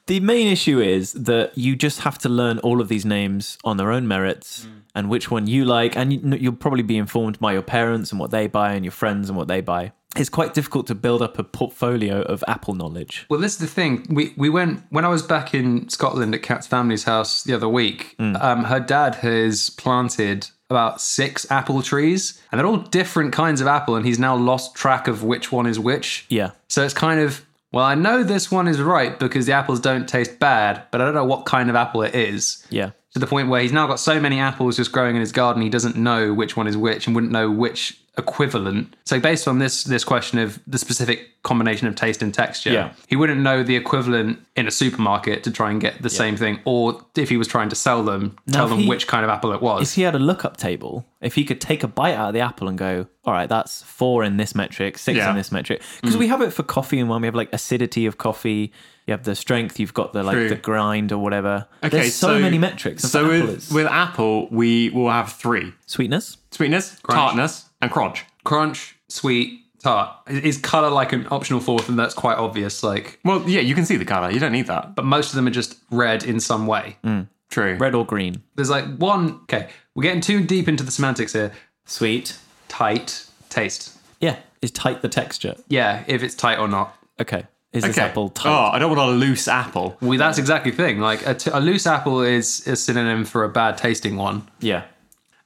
[SPEAKER 1] The main issue is that you just have to learn all of these names on their own merits
[SPEAKER 3] Mm.
[SPEAKER 1] and which one you like. And you- you'll probably be informed by your parents and what they buy and your friends and what they buy. It's quite difficult to build up a portfolio of Apple knowledge.
[SPEAKER 2] Well, this is the thing. We we went when I was back in Scotland at Kat's family's house the other week. Um, her dad has planted about six apple trees, and they're all different kinds of apple, and he's now lost track of which one is which.
[SPEAKER 1] Yeah.
[SPEAKER 2] So it's kind of well, I know this one is right because the apples don't taste bad, but I don't know what kind of apple it is.
[SPEAKER 1] Yeah.
[SPEAKER 2] To the point where he's now got so many apples just growing in his garden, he doesn't know which one is which and wouldn't know which equivalent. So based on this this question of the specific combination of taste and texture,
[SPEAKER 1] Yeah.
[SPEAKER 2] he wouldn't know the equivalent in a supermarket to try and get the same thing, or if he was trying to sell them, tell
[SPEAKER 1] if
[SPEAKER 2] them
[SPEAKER 1] he-
[SPEAKER 2] which kind of apple it was.
[SPEAKER 1] If he had a lookup table, if he could take a bite out of the apple and go, all right, that's four in this metric, six
[SPEAKER 3] Yeah. Mm.
[SPEAKER 1] in this metric. Because we have it for coffee and when we have like acidity of coffee, you have the strength, you've got the like
[SPEAKER 3] True.
[SPEAKER 1] the grind or whatever. There's so, many metrics. of
[SPEAKER 3] So
[SPEAKER 1] Apple.
[SPEAKER 3] with,
[SPEAKER 1] It's
[SPEAKER 3] with Apple, we will have three:
[SPEAKER 1] sweetness.
[SPEAKER 3] sweetness, tartness, and crunch.
[SPEAKER 2] Crunch, sweet, tart. Is color like an optional fourth, and that's quite obvious. Like,
[SPEAKER 3] Well, yeah, you can see the color. You don't need that.
[SPEAKER 2] but most of them are just red in some way.
[SPEAKER 1] Mm.
[SPEAKER 3] True.
[SPEAKER 1] Red or green.
[SPEAKER 2] There's like one. Okay, we're getting too deep into the semantics here.
[SPEAKER 1] Sweet.
[SPEAKER 2] Tight taste.
[SPEAKER 1] Yeah. Is tight the texture?
[SPEAKER 2] Yeah, if it's tight or not.
[SPEAKER 1] Okay. Is this
[SPEAKER 3] Okay.
[SPEAKER 1] apple tight?
[SPEAKER 3] Oh, I don't want a loose apple.
[SPEAKER 2] Well, that's exactly the thing. Like a, t- a loose apple is a synonym for a bad tasting one.
[SPEAKER 1] Yeah.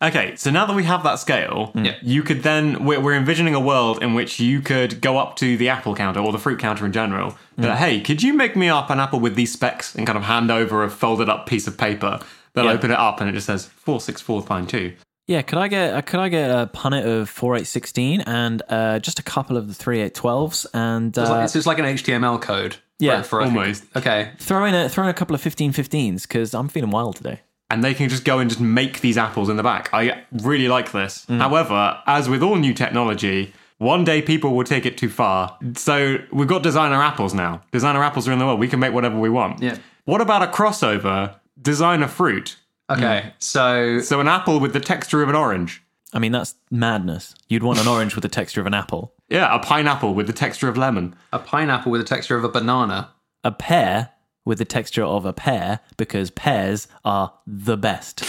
[SPEAKER 3] Okay, so now that we have that scale,
[SPEAKER 1] Mm.
[SPEAKER 2] Yeah.
[SPEAKER 3] you could then we're, we're envisioning a world in which you could go up to the apple counter or the fruit counter in general. be
[SPEAKER 1] Mm.
[SPEAKER 3] like, hey, could you make me up an apple with these specs and kind of hand over a folded up piece of paper? They'll
[SPEAKER 1] Yeah.
[SPEAKER 3] open it up and it just says four six four pine two.
[SPEAKER 1] Yeah, could I get uh, could I get a punnet of four eight sixteen and uh, just a couple of the three eight twelves and
[SPEAKER 2] It's, like,
[SPEAKER 1] uh,
[SPEAKER 2] it's just like an HTML code.
[SPEAKER 1] Yeah,
[SPEAKER 2] for, for a-
[SPEAKER 3] almost.
[SPEAKER 2] Okay,
[SPEAKER 1] throw in a throw in a couple of fifteen fifteens because I'm feeling wild today.
[SPEAKER 3] and they can just go and just make these apples in the back. I really like this.
[SPEAKER 2] Mm.
[SPEAKER 3] However, as with all new technology, one day people will take it too far. So we've got designer apples now. Designer apples are in the world. We can make whatever we want.
[SPEAKER 2] Yeah.
[SPEAKER 3] What about a crossover designer fruit?
[SPEAKER 1] Mm.
[SPEAKER 2] okay. So
[SPEAKER 3] So an apple with the texture of an orange.
[SPEAKER 1] I mean that's madness. You'd want an orange with the texture of an apple,
[SPEAKER 3] Yeah, a pineapple with the texture of lemon.
[SPEAKER 2] a pineapple with the texture of a banana.
[SPEAKER 1] a pear with the texture of a pear because pears are the best.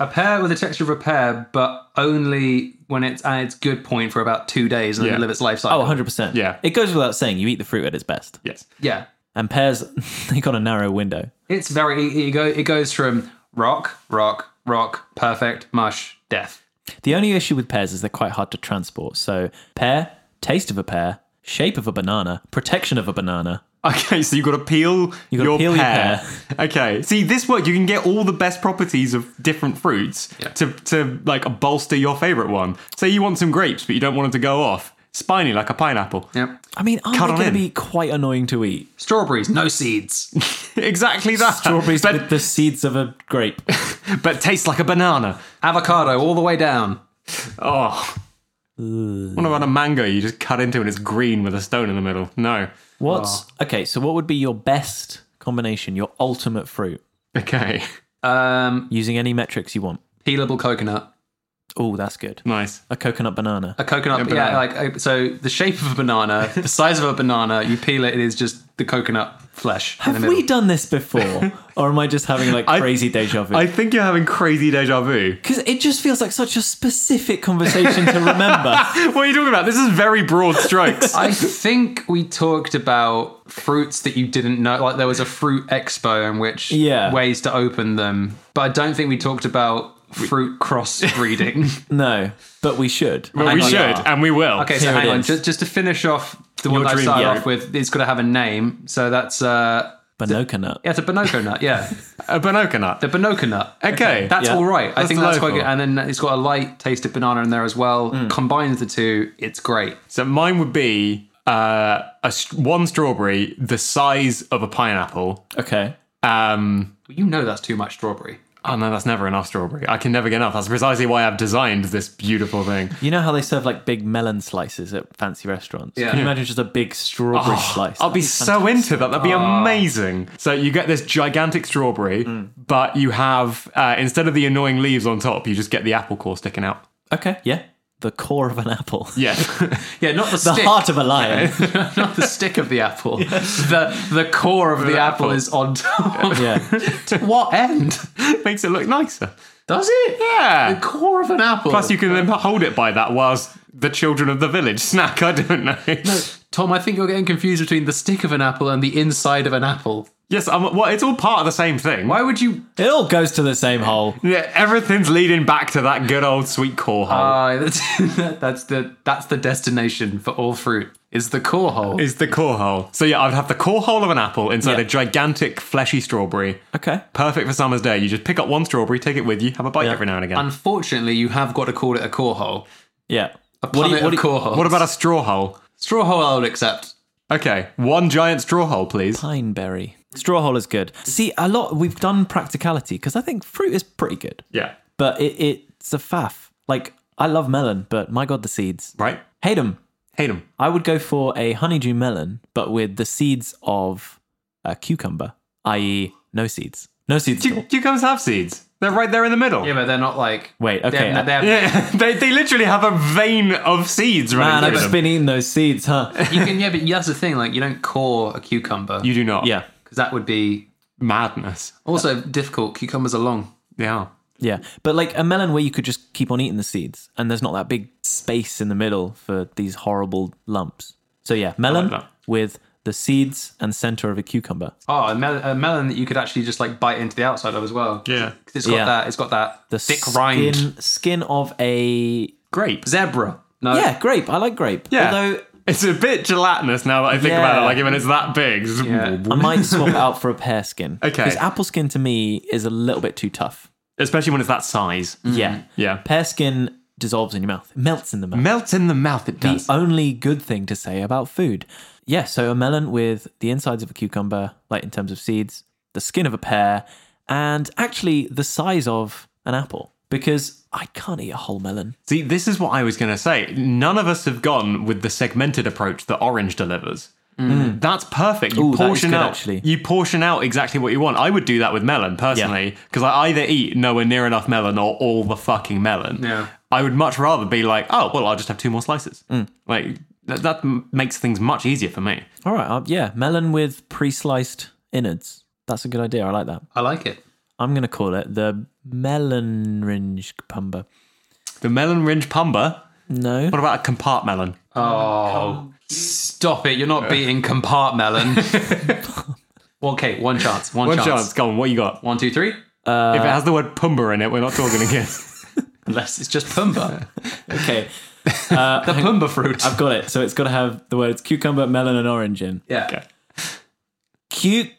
[SPEAKER 2] A pear with the texture of a pear, but only when it's at its good point for about two days and
[SPEAKER 3] Yeah.
[SPEAKER 2] then live its life
[SPEAKER 1] Oh,
[SPEAKER 2] cycle.
[SPEAKER 1] 100 percent.
[SPEAKER 3] Yeah.
[SPEAKER 1] it goes without saying. You eat the fruit at its best,
[SPEAKER 3] Yes.
[SPEAKER 2] Yeah.
[SPEAKER 1] and pears *laughs* they got a narrow window.
[SPEAKER 2] It's very it, go, it goes from rock, rock, rock, perfect, mush, death.
[SPEAKER 1] The only issue with pears is they're quite hard to transport. So pear, taste of a pear, shape of a banana, protection of a banana.
[SPEAKER 3] Okay, so you've got to peel
[SPEAKER 1] gotta
[SPEAKER 3] your
[SPEAKER 1] peel your
[SPEAKER 3] pear. *laughs* okay, see this work. You can get all the best properties of different fruits to to like bolster your favorite one. Say you want some grapes, but you don't want them to go off spiny like a pineapple.
[SPEAKER 2] Yep.
[SPEAKER 1] I mean, aren't
[SPEAKER 3] Cut
[SPEAKER 1] they
[SPEAKER 3] on
[SPEAKER 1] going to
[SPEAKER 3] in.
[SPEAKER 1] be quite annoying to eat?
[SPEAKER 2] Strawberries,
[SPEAKER 1] *laughs*
[SPEAKER 2] no seeds.
[SPEAKER 3] *laughs* exactly that.
[SPEAKER 1] Strawberries
[SPEAKER 3] but,
[SPEAKER 1] with the seeds of a grape.
[SPEAKER 3] but tastes like a banana.
[SPEAKER 2] Avocado all the way down.
[SPEAKER 3] Oh. What about a mango you just cut into and it's green with a stone in the middle? No.
[SPEAKER 1] What's okay? So, what would be your best combination, your ultimate fruit,
[SPEAKER 3] Okay. *laughs*
[SPEAKER 2] Um,
[SPEAKER 1] using any metrics you want?
[SPEAKER 2] peelable coconut.
[SPEAKER 1] Oh, that's good.
[SPEAKER 3] Nice.
[SPEAKER 1] A coconut banana.
[SPEAKER 2] A coconut,
[SPEAKER 3] banana.
[SPEAKER 2] yeah, like uh, so. The shape of a banana, the size of a banana. You peel it, it is just the coconut flesh. in the
[SPEAKER 1] Have
[SPEAKER 2] middle.
[SPEAKER 1] we done this before, or am I just having like
[SPEAKER 3] I-
[SPEAKER 1] crazy deja
[SPEAKER 3] I
[SPEAKER 1] vu?
[SPEAKER 3] think you're having crazy deja vu. *laughs*
[SPEAKER 1] Because it just feels like such a specific conversation to remember.
[SPEAKER 3] What are you talking about? This is very
[SPEAKER 2] *laughs*
[SPEAKER 3] broad strokes.
[SPEAKER 2] I think we talked about fruits that you didn't know. Like there was a fruit expo in which
[SPEAKER 1] Yeah.
[SPEAKER 2] ways to open them, but I don't think we talked about fruit crossbreeding.
[SPEAKER 1] No, but we should.
[SPEAKER 3] But
[SPEAKER 1] And
[SPEAKER 3] we
[SPEAKER 1] I
[SPEAKER 3] should,
[SPEAKER 1] are.
[SPEAKER 3] and we will.
[SPEAKER 2] okay, so
[SPEAKER 1] Here it
[SPEAKER 2] hang on,
[SPEAKER 1] is.
[SPEAKER 2] just, just to finish off the one
[SPEAKER 3] Your
[SPEAKER 2] that I
[SPEAKER 3] dream
[SPEAKER 2] started
[SPEAKER 3] fruit.
[SPEAKER 2] off with, it's got to have a name. So that's uh,
[SPEAKER 1] Banoka nut.
[SPEAKER 2] yeah, it's a bonoco nut. Yeah,
[SPEAKER 3] A banoka nut.
[SPEAKER 2] the bonoco nut.
[SPEAKER 3] Okay.
[SPEAKER 2] That's
[SPEAKER 1] Yeah.
[SPEAKER 2] all right. I
[SPEAKER 3] That's
[SPEAKER 2] think that's quite
[SPEAKER 3] delightful.
[SPEAKER 2] good. And then it's got a light taste of banana in there as well.
[SPEAKER 3] Mm.
[SPEAKER 2] Combines the two, it's great.
[SPEAKER 3] so mine would be uh, a st- one strawberry the size of a pineapple.
[SPEAKER 1] Okay.
[SPEAKER 3] Um,
[SPEAKER 2] You know that's too much strawberry.
[SPEAKER 3] oh no, that's never enough strawberry. I can never get enough. That's precisely why I've designed this beautiful thing.
[SPEAKER 1] You know how they serve like big melon slices at fancy restaurants?
[SPEAKER 2] Yeah.
[SPEAKER 1] Can you imagine just a big strawberry slice?
[SPEAKER 3] I'll be so into that. That'd be amazing. So you get this gigantic strawberry, but you have uh, instead of the annoying leaves on top, you just get the apple core sticking out.
[SPEAKER 1] Okay, yeah. the core of an apple, *laughs*
[SPEAKER 3] Yeah. *laughs*
[SPEAKER 2] Yeah, not the,
[SPEAKER 1] the
[SPEAKER 2] stick,
[SPEAKER 1] heart of a lion.
[SPEAKER 2] not the stick of the
[SPEAKER 3] *laughs*
[SPEAKER 2] apple. The the core of the, apple.
[SPEAKER 3] apple.
[SPEAKER 2] is on
[SPEAKER 3] *laughs*
[SPEAKER 2] top.
[SPEAKER 1] Yeah.
[SPEAKER 2] to *laughs* what end?
[SPEAKER 3] Makes it look nicer.
[SPEAKER 2] Does it?
[SPEAKER 3] Yeah.
[SPEAKER 2] The core of an apple.
[SPEAKER 3] Plus, you can then hold it by that whilst the children of the village *laughs* snack. I don't know.
[SPEAKER 2] Tom, I think you're getting confused between the stick of an apple and the inside of an apple.
[SPEAKER 3] Yes, I'm, well, it's all part of the same thing.
[SPEAKER 2] Why would you?
[SPEAKER 1] It all goes to the same hole.
[SPEAKER 3] Yeah, everything's leading back to that good old sweet core hole.
[SPEAKER 1] Uh,
[SPEAKER 2] Ah, *laughs* that's, that's the that's the destination for all fruit. Is the core hole?
[SPEAKER 3] is the core hole. So yeah, I would have the core hole of an apple inside
[SPEAKER 1] Yeah.
[SPEAKER 3] a gigantic fleshy strawberry.
[SPEAKER 1] Okay.
[SPEAKER 3] Perfect for summer's day. You just pick up one strawberry, take it with you, have a bite
[SPEAKER 1] Yeah.
[SPEAKER 3] every now and again.
[SPEAKER 2] Unfortunately, you have got to call it a core hole.
[SPEAKER 1] Yeah.
[SPEAKER 2] Plummet
[SPEAKER 1] what
[SPEAKER 2] of core holes.
[SPEAKER 3] what about a straw hole?
[SPEAKER 2] straw hole? I would accept.
[SPEAKER 3] Okay, one giant straw hole, please.
[SPEAKER 1] Pineberry. Straw hole is good. See, a lot we've done practicality because I think fruit is pretty good,
[SPEAKER 3] Yeah.
[SPEAKER 1] but it, it's a faff. Like I love melon, but my god, the seeds.
[SPEAKER 3] Right?
[SPEAKER 1] Hate them.
[SPEAKER 3] Hate them.
[SPEAKER 1] I would go for a honeydew melon, but with the seeds of a cucumber, i.e., no seeds. No seeds. at all.
[SPEAKER 3] Cucumbers have seeds. They're right there in the middle.
[SPEAKER 2] Yeah, but they're not like.
[SPEAKER 1] Wait,
[SPEAKER 2] they
[SPEAKER 1] okay,
[SPEAKER 2] have no-
[SPEAKER 1] I-
[SPEAKER 2] they have-
[SPEAKER 3] Yeah, *laughs* they, they literally have a vein of seeds running
[SPEAKER 1] Man, I've
[SPEAKER 3] through
[SPEAKER 1] just
[SPEAKER 3] them.
[SPEAKER 1] been eating those seeds, huh?
[SPEAKER 2] you can. Yeah, but that's the thing. Like, you don't core a cucumber
[SPEAKER 3] you
[SPEAKER 2] because
[SPEAKER 3] do not.
[SPEAKER 1] Yeah.
[SPEAKER 2] that would be
[SPEAKER 3] Madness.
[SPEAKER 2] also difficult. Cucumbers are long.
[SPEAKER 3] Yeah.
[SPEAKER 1] Yeah, but like a melon where you could just keep on eating the seeds, and there's not that big space in the middle for these horrible lumps. So yeah, melon
[SPEAKER 3] that.
[SPEAKER 1] with the seeds and center of a cucumber.
[SPEAKER 2] Oh, a, mel- a melon that you could actually just like bite into the outside of as well.
[SPEAKER 3] Yeah.
[SPEAKER 2] 'Cause it's got
[SPEAKER 1] Yeah.
[SPEAKER 2] that. It's got that
[SPEAKER 1] The
[SPEAKER 2] thick
[SPEAKER 1] skin,
[SPEAKER 2] rind.
[SPEAKER 1] skin of a
[SPEAKER 3] Grape.
[SPEAKER 2] Zebra. No.
[SPEAKER 1] yeah grape. I like grape.
[SPEAKER 3] Yeah.
[SPEAKER 1] Although
[SPEAKER 3] It's a bit gelatinous now that I think about
[SPEAKER 1] Yeah.
[SPEAKER 3] it. Like, when it's that big. it's-
[SPEAKER 2] Yeah.
[SPEAKER 1] I might swap it
[SPEAKER 3] *laughs*
[SPEAKER 1] out for a pear skin.
[SPEAKER 3] Okay.
[SPEAKER 1] Because apple skin to me is a little bit too tough.
[SPEAKER 3] Especially when it's that size.
[SPEAKER 1] Yeah.
[SPEAKER 3] Mm-hmm. Yeah.
[SPEAKER 1] Pear skin dissolves in your mouth, melts in the mouth.
[SPEAKER 3] Melts in the mouth, it
[SPEAKER 1] the only good thing to say about food. Yeah, so a melon with the insides of a cucumber, like in terms of seeds, the skin of a pear, and actually the size of an apple, because I can't eat a whole melon.
[SPEAKER 3] See, this is what I was going to say. None of us have gone with the segmented approach that orange delivers. Mm. That's perfect. You
[SPEAKER 1] Mm. Ooh, that is
[SPEAKER 3] portion
[SPEAKER 1] good,
[SPEAKER 3] out.
[SPEAKER 1] actually.
[SPEAKER 3] You portion out exactly what you want. I would do that with melon personally because I either eat nowhere near enough melon or all the fucking melon.
[SPEAKER 2] Yeah.
[SPEAKER 3] I would much rather be like, oh well, I'll just have two more slices.
[SPEAKER 1] Mm.
[SPEAKER 3] Like that, that m- makes things much easier for me.
[SPEAKER 1] All right, uh, yeah, melon with pre sliced innards. That's a good idea. I like that.
[SPEAKER 2] I like it.
[SPEAKER 1] I'm going to call it the melon ringe cucumber.
[SPEAKER 3] The melon ringe pumba.
[SPEAKER 1] No.
[SPEAKER 3] What about a compart melon?
[SPEAKER 2] Oh, stop it! You're not beating compart melon. Well, okay, one chance. One,
[SPEAKER 3] One
[SPEAKER 2] chance. Uh,
[SPEAKER 3] chance. Go on. What you got?
[SPEAKER 2] One, two, three.
[SPEAKER 3] if it has the word pumba in it, we're not talking again.
[SPEAKER 2] Unless it's just pumba,
[SPEAKER 1] *laughs* Okay,
[SPEAKER 2] the pumba fruit.
[SPEAKER 1] I've got it. So it's got to have the words cucumber, melon, and orange in.
[SPEAKER 2] yeah.
[SPEAKER 3] okay.
[SPEAKER 1] Cuc.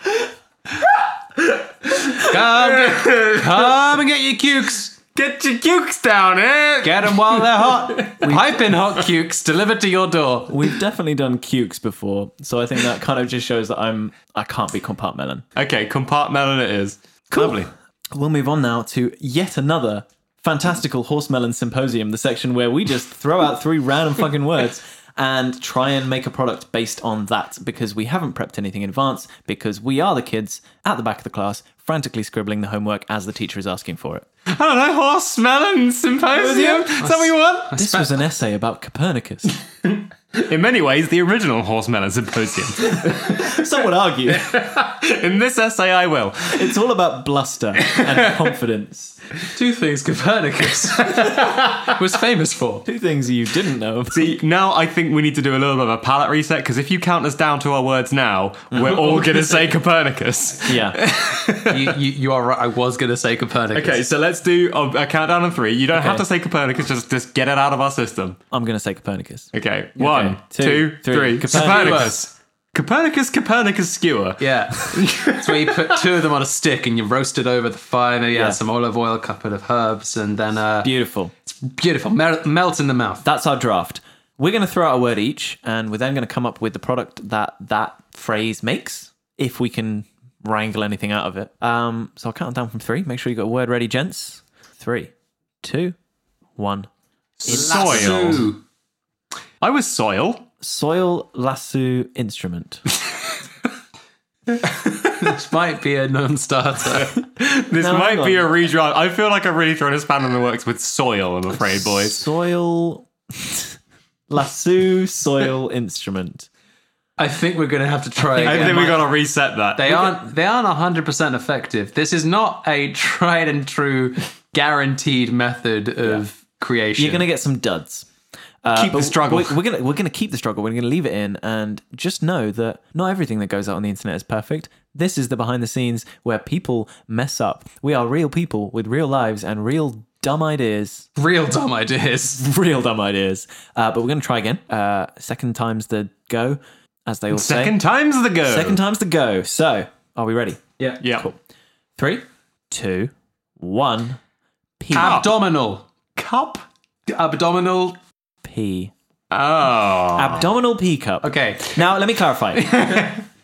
[SPEAKER 2] *laughs* Come, get, come and get your cukes.
[SPEAKER 3] Get your cukes down, eh?
[SPEAKER 2] Get them while they're
[SPEAKER 3] *laughs*
[SPEAKER 2] hot. Pipe in hot cukes delivered to your door.
[SPEAKER 1] We've definitely done cukes before, so I think that kind of just shows that I'm I can't be compart melon.
[SPEAKER 3] Okay, compartmental it is. Lovely.
[SPEAKER 1] We'll move on now to yet another fantastical horsemelon symposium, the section where we just throw out three random fucking words and try and make a product based on that because we haven't prepped anything in advance because we are the kids at the back of the class frantically scribbling the homework as the teacher is asking for it.
[SPEAKER 3] I don't know, horse melon symposium? Is that what you want?
[SPEAKER 1] This was an essay about Copernicus.
[SPEAKER 3] In many ways, the original horse melon *laughs* symposium.
[SPEAKER 1] Some would argue
[SPEAKER 3] In this essay, I will.
[SPEAKER 1] it's all about bluster and confidence.
[SPEAKER 2] Two things *laughs* Copernicus was famous for.
[SPEAKER 1] Two things you didn't know. about.
[SPEAKER 3] See, now I think we need to do a little bit of a palette reset because if you count us down to our
[SPEAKER 2] *laughs*
[SPEAKER 3] words now, we're all going to say Copernicus.
[SPEAKER 1] *laughs* Yeah.
[SPEAKER 2] You, you, you are right. I was going to say Copernicus.
[SPEAKER 3] Okay, so let's do a, a countdown of three. You don't have
[SPEAKER 1] Okay.
[SPEAKER 3] to say Copernicus, just, just get it out of our system.
[SPEAKER 1] I'm going to say Copernicus.
[SPEAKER 3] Okay, one, two, three. Copernicus. Copernicus, Copernicus skewer.
[SPEAKER 2] Yeah. so you put two of them on a stick and you roast it over the fire. Maybe add some olive oil, a couple of herbs, and then uh,
[SPEAKER 1] Beautiful.
[SPEAKER 2] beautiful. Mel- melt in the mouth.
[SPEAKER 1] That's our draft. We're going to throw out a word each, and we're then going to come up with the product that that phrase makes, if we can wrangle anything out of it. Um, so I'll count down from three. Make sure you got a word ready, gents. Three, two, one.
[SPEAKER 3] Soil.
[SPEAKER 2] Lasso.
[SPEAKER 3] I was soil.
[SPEAKER 1] Soil lasso instrument.
[SPEAKER 2] this might be a non-starter.
[SPEAKER 3] This
[SPEAKER 1] No,
[SPEAKER 3] might
[SPEAKER 1] hang
[SPEAKER 3] be a
[SPEAKER 1] on.
[SPEAKER 3] redraft. I feel like I've really thrown a spanner in the works with soil, I'm afraid, boys.
[SPEAKER 1] Soil. *laughs* Lasso soil instrument.
[SPEAKER 2] I think we're going to have to try.
[SPEAKER 1] think-
[SPEAKER 3] I
[SPEAKER 2] again.
[SPEAKER 3] think we've got to reset that.
[SPEAKER 2] They aren't. They aren't hundred percent effective. This is not a tried and true, guaranteed method of creation.
[SPEAKER 1] You're gonna get some duds. Uh,
[SPEAKER 3] Keep
[SPEAKER 1] but
[SPEAKER 3] the struggle.
[SPEAKER 1] We're, we're gonna we're gonna keep the struggle. We're gonna leave it in, and just know that not everything that goes out on the internet is perfect. This is the behind the scenes where people mess up. We are real people with real lives and real dumb ideas. *laughs*
[SPEAKER 2] real dumb ideas.
[SPEAKER 1] Real dumb ideas. Uh, but we're gonna try again. Uh, second time's the go, as they all
[SPEAKER 3] Second time's the go.
[SPEAKER 1] say. Second time's the go. So, are we ready?
[SPEAKER 2] Yeah.
[SPEAKER 3] Yeah.
[SPEAKER 1] Three, two, one. P
[SPEAKER 2] Abdominal.
[SPEAKER 3] Cup.
[SPEAKER 2] Abdominal.
[SPEAKER 1] P
[SPEAKER 3] Oh.
[SPEAKER 2] Ah,
[SPEAKER 1] abdominal P cup.
[SPEAKER 2] Okay.
[SPEAKER 1] Now let me
[SPEAKER 3] *laughs*
[SPEAKER 1] clarify.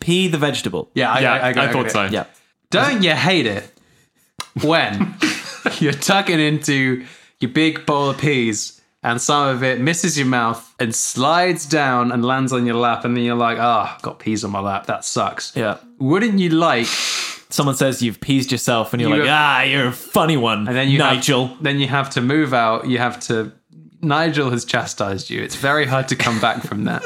[SPEAKER 1] P the vegetable.
[SPEAKER 2] Yeah. I,
[SPEAKER 3] yeah,
[SPEAKER 2] I,
[SPEAKER 3] I,
[SPEAKER 2] I got- I got
[SPEAKER 3] thought
[SPEAKER 2] it.
[SPEAKER 3] so.
[SPEAKER 1] Yeah.
[SPEAKER 2] Don't you hate it
[SPEAKER 3] *laughs*
[SPEAKER 2] when you're tucking into your big bowl of peas and some of it misses your mouth and slides down and lands on your lap, and then you're like, ah, I've got peas on my lap. That sucks.
[SPEAKER 1] Yeah.
[SPEAKER 2] Wouldn't you like?
[SPEAKER 1] Someone says you've peased yourself and you're
[SPEAKER 2] You
[SPEAKER 1] like,
[SPEAKER 2] have-
[SPEAKER 1] ah, you're a funny one.
[SPEAKER 2] And then you have-
[SPEAKER 1] Nigel.
[SPEAKER 2] then you have to move out. You have to. Nigel has chastised you. It's very hard to come back from that.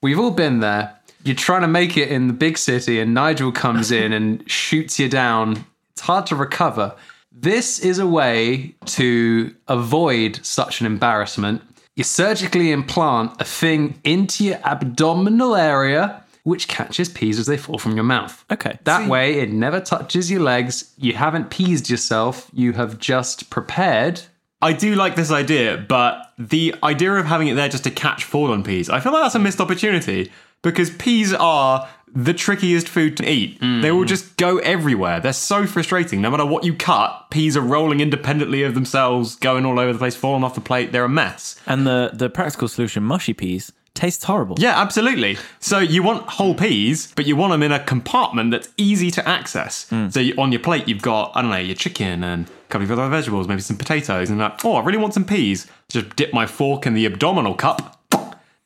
[SPEAKER 2] We've all been there. You're trying to make it in the big city, and Nigel comes in and shoots you down. It's hard to recover. This is a way to avoid such an embarrassment. You surgically implant a thing into your abdominal area, which catches peas as they fall from your mouth.
[SPEAKER 1] Okay.
[SPEAKER 2] That way, it never touches your legs. You haven't peased yourself. You have just prepared.
[SPEAKER 3] I do like this idea, but the idea of having it there just to catch fallen peas, I feel like that's a missed opportunity because peas are the trickiest food to eat. They will just go everywhere. They're so frustrating. No matter what you cut, peas are rolling independently of themselves, going all over the place, falling off the plate. They're a mess.
[SPEAKER 1] and the, the practical solution, mushy peas, tastes horrible.
[SPEAKER 3] Yeah, absolutely. So you want whole peas, but you want them in a compartment that's easy to access. So you, on your plate, you've got I don't know your chicken and a couple of other vegetables, maybe some potatoes, and like, oh, I really want some peas. Just dip my fork in the abdominal cup.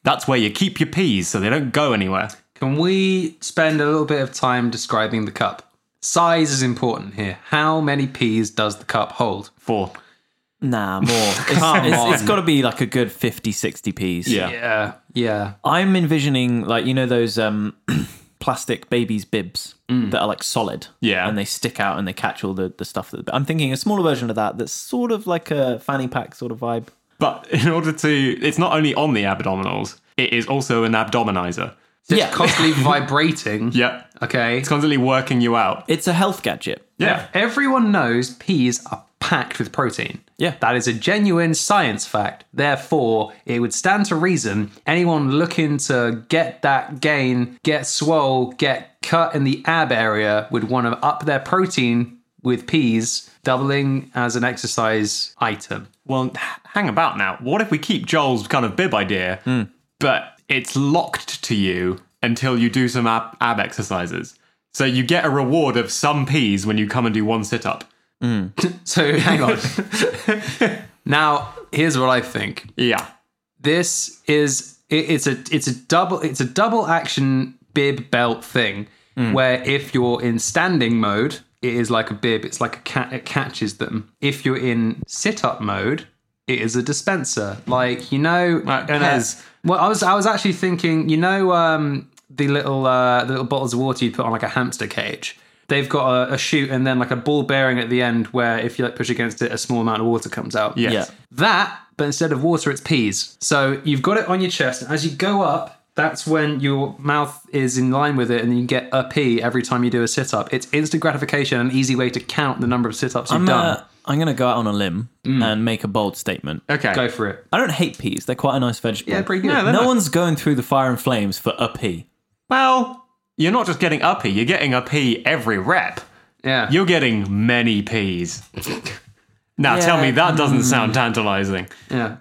[SPEAKER 3] That's where you keep your peas, so they don't go anywhere.
[SPEAKER 2] Can we spend a little bit of time describing the cup? Size is important here. How many peas does the cup hold?
[SPEAKER 3] For
[SPEAKER 1] Nah, *laughs* more. It's-
[SPEAKER 2] Come
[SPEAKER 1] it's- it's
[SPEAKER 2] on.
[SPEAKER 1] got to be like a good 50, 60 peas.
[SPEAKER 3] yeah,
[SPEAKER 2] Yeah, yeah.
[SPEAKER 1] I'm envisioning, like, you know, those um, *clears throat* plastic babies' bibs that are like solid.
[SPEAKER 3] Yeah.
[SPEAKER 1] And they stick out and they catch all the, the stuff that. I'm thinking a smaller version of that that's sort of like a fanny pack sort of vibe.
[SPEAKER 3] but *laughs* in order to, it's not only on the abdominals; it is also an abdominizer.
[SPEAKER 2] So
[SPEAKER 1] Yeah.
[SPEAKER 2] It's constantly vibrating.
[SPEAKER 3] Yeah,
[SPEAKER 2] Okay.
[SPEAKER 3] it's constantly working you out.
[SPEAKER 1] It's a health gadget.
[SPEAKER 3] Yeah,
[SPEAKER 2] Everyone knows peas are packed with protein.
[SPEAKER 1] Yeah.
[SPEAKER 2] That is a genuine science fact. Therefore, it would stand to reason anyone looking to get that gain, get swole, get cut in the ab area would want to up their protein with peas, doubling as an exercise item.
[SPEAKER 3] Well, h- hang about now. What if we keep Joel's kind of bib idea, but it's locked to you until you do some ab, ab exercises? So you get a reward of some peas when you come and do one sit up.
[SPEAKER 2] So *laughs* hang on. now, here's what I think.
[SPEAKER 3] Yeah.
[SPEAKER 2] this is it, it's a it's a double it's a double action bib belt thing
[SPEAKER 3] Hmm.
[SPEAKER 2] where if you're in standing mode it is like a bib it's like a cat it catches them if you're in sit up mode it is a dispenser like you know
[SPEAKER 3] Like
[SPEAKER 2] and
[SPEAKER 3] Pez.
[SPEAKER 2] I- well I was I was actually thinking you know um the little uh the little bottles of water you put on like a hamster cage they've got a, a chute and then like a ball bearing at the end where if you like push against it a small amount of water comes out
[SPEAKER 3] Yes.
[SPEAKER 1] Yeah.
[SPEAKER 2] that, but instead of water, it's peas. So you've got it on your chest, and as you go up, that's when your mouth is in line with it, and you get a pea every time you do a sit up. It's instant gratification, an easy way to count the number of sit ups you've
[SPEAKER 1] I'm,
[SPEAKER 2] done.
[SPEAKER 1] uh, I'm going to go out on a limb and make a bold statement.
[SPEAKER 3] Okay.
[SPEAKER 2] Go for it.
[SPEAKER 1] I don't hate peas. They're quite a nice vegetable.
[SPEAKER 2] Yeah, pretty good.
[SPEAKER 3] Yeah, they're
[SPEAKER 1] no
[SPEAKER 3] nice.
[SPEAKER 1] one's going through the fire and flames for a pea.
[SPEAKER 3] well, you're not just getting a pea, you're getting a pea every rep.
[SPEAKER 2] yeah.
[SPEAKER 3] You're getting many peas. *laughs* now tell me that doesn't sound tantalizing.
[SPEAKER 2] yeah.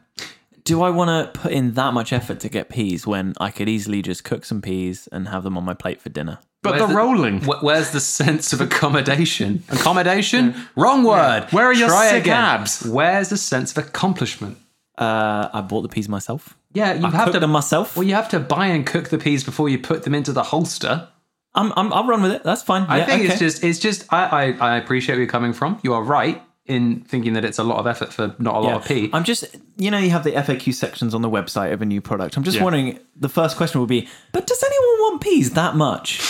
[SPEAKER 1] Do I want to put in that much effort to get peas when I could easily just cook some peas and have them on my plate for dinner?
[SPEAKER 3] But
[SPEAKER 2] Where's
[SPEAKER 3] the rolling.
[SPEAKER 2] Wh- where's the sense of accommodation? Accommodation? Wrong word.
[SPEAKER 3] Where are your
[SPEAKER 2] Try
[SPEAKER 3] sick
[SPEAKER 2] again.
[SPEAKER 3] abs?
[SPEAKER 2] Where's the sense of accomplishment?
[SPEAKER 1] Uh, I bought the peas myself.
[SPEAKER 2] Yeah, you
[SPEAKER 1] I
[SPEAKER 2] have
[SPEAKER 1] cooked
[SPEAKER 2] to
[SPEAKER 1] them myself.
[SPEAKER 2] Well, you have to buy and cook the peas before you put them into the holster.
[SPEAKER 1] I'm, I'm I'll run with it. That's fine.
[SPEAKER 2] I
[SPEAKER 1] Yeah,
[SPEAKER 2] think
[SPEAKER 1] okay.
[SPEAKER 2] it's just it's just I, I I appreciate where you're coming from. You are right in thinking that it's a lot of effort for not a lot of
[SPEAKER 1] Yeah.
[SPEAKER 2] p.
[SPEAKER 1] I'm just, you know, you have the FAQ sections on the website of a new product. I'm just
[SPEAKER 3] Yeah.
[SPEAKER 1] wondering. The first question will be, but does anyone want peas that much?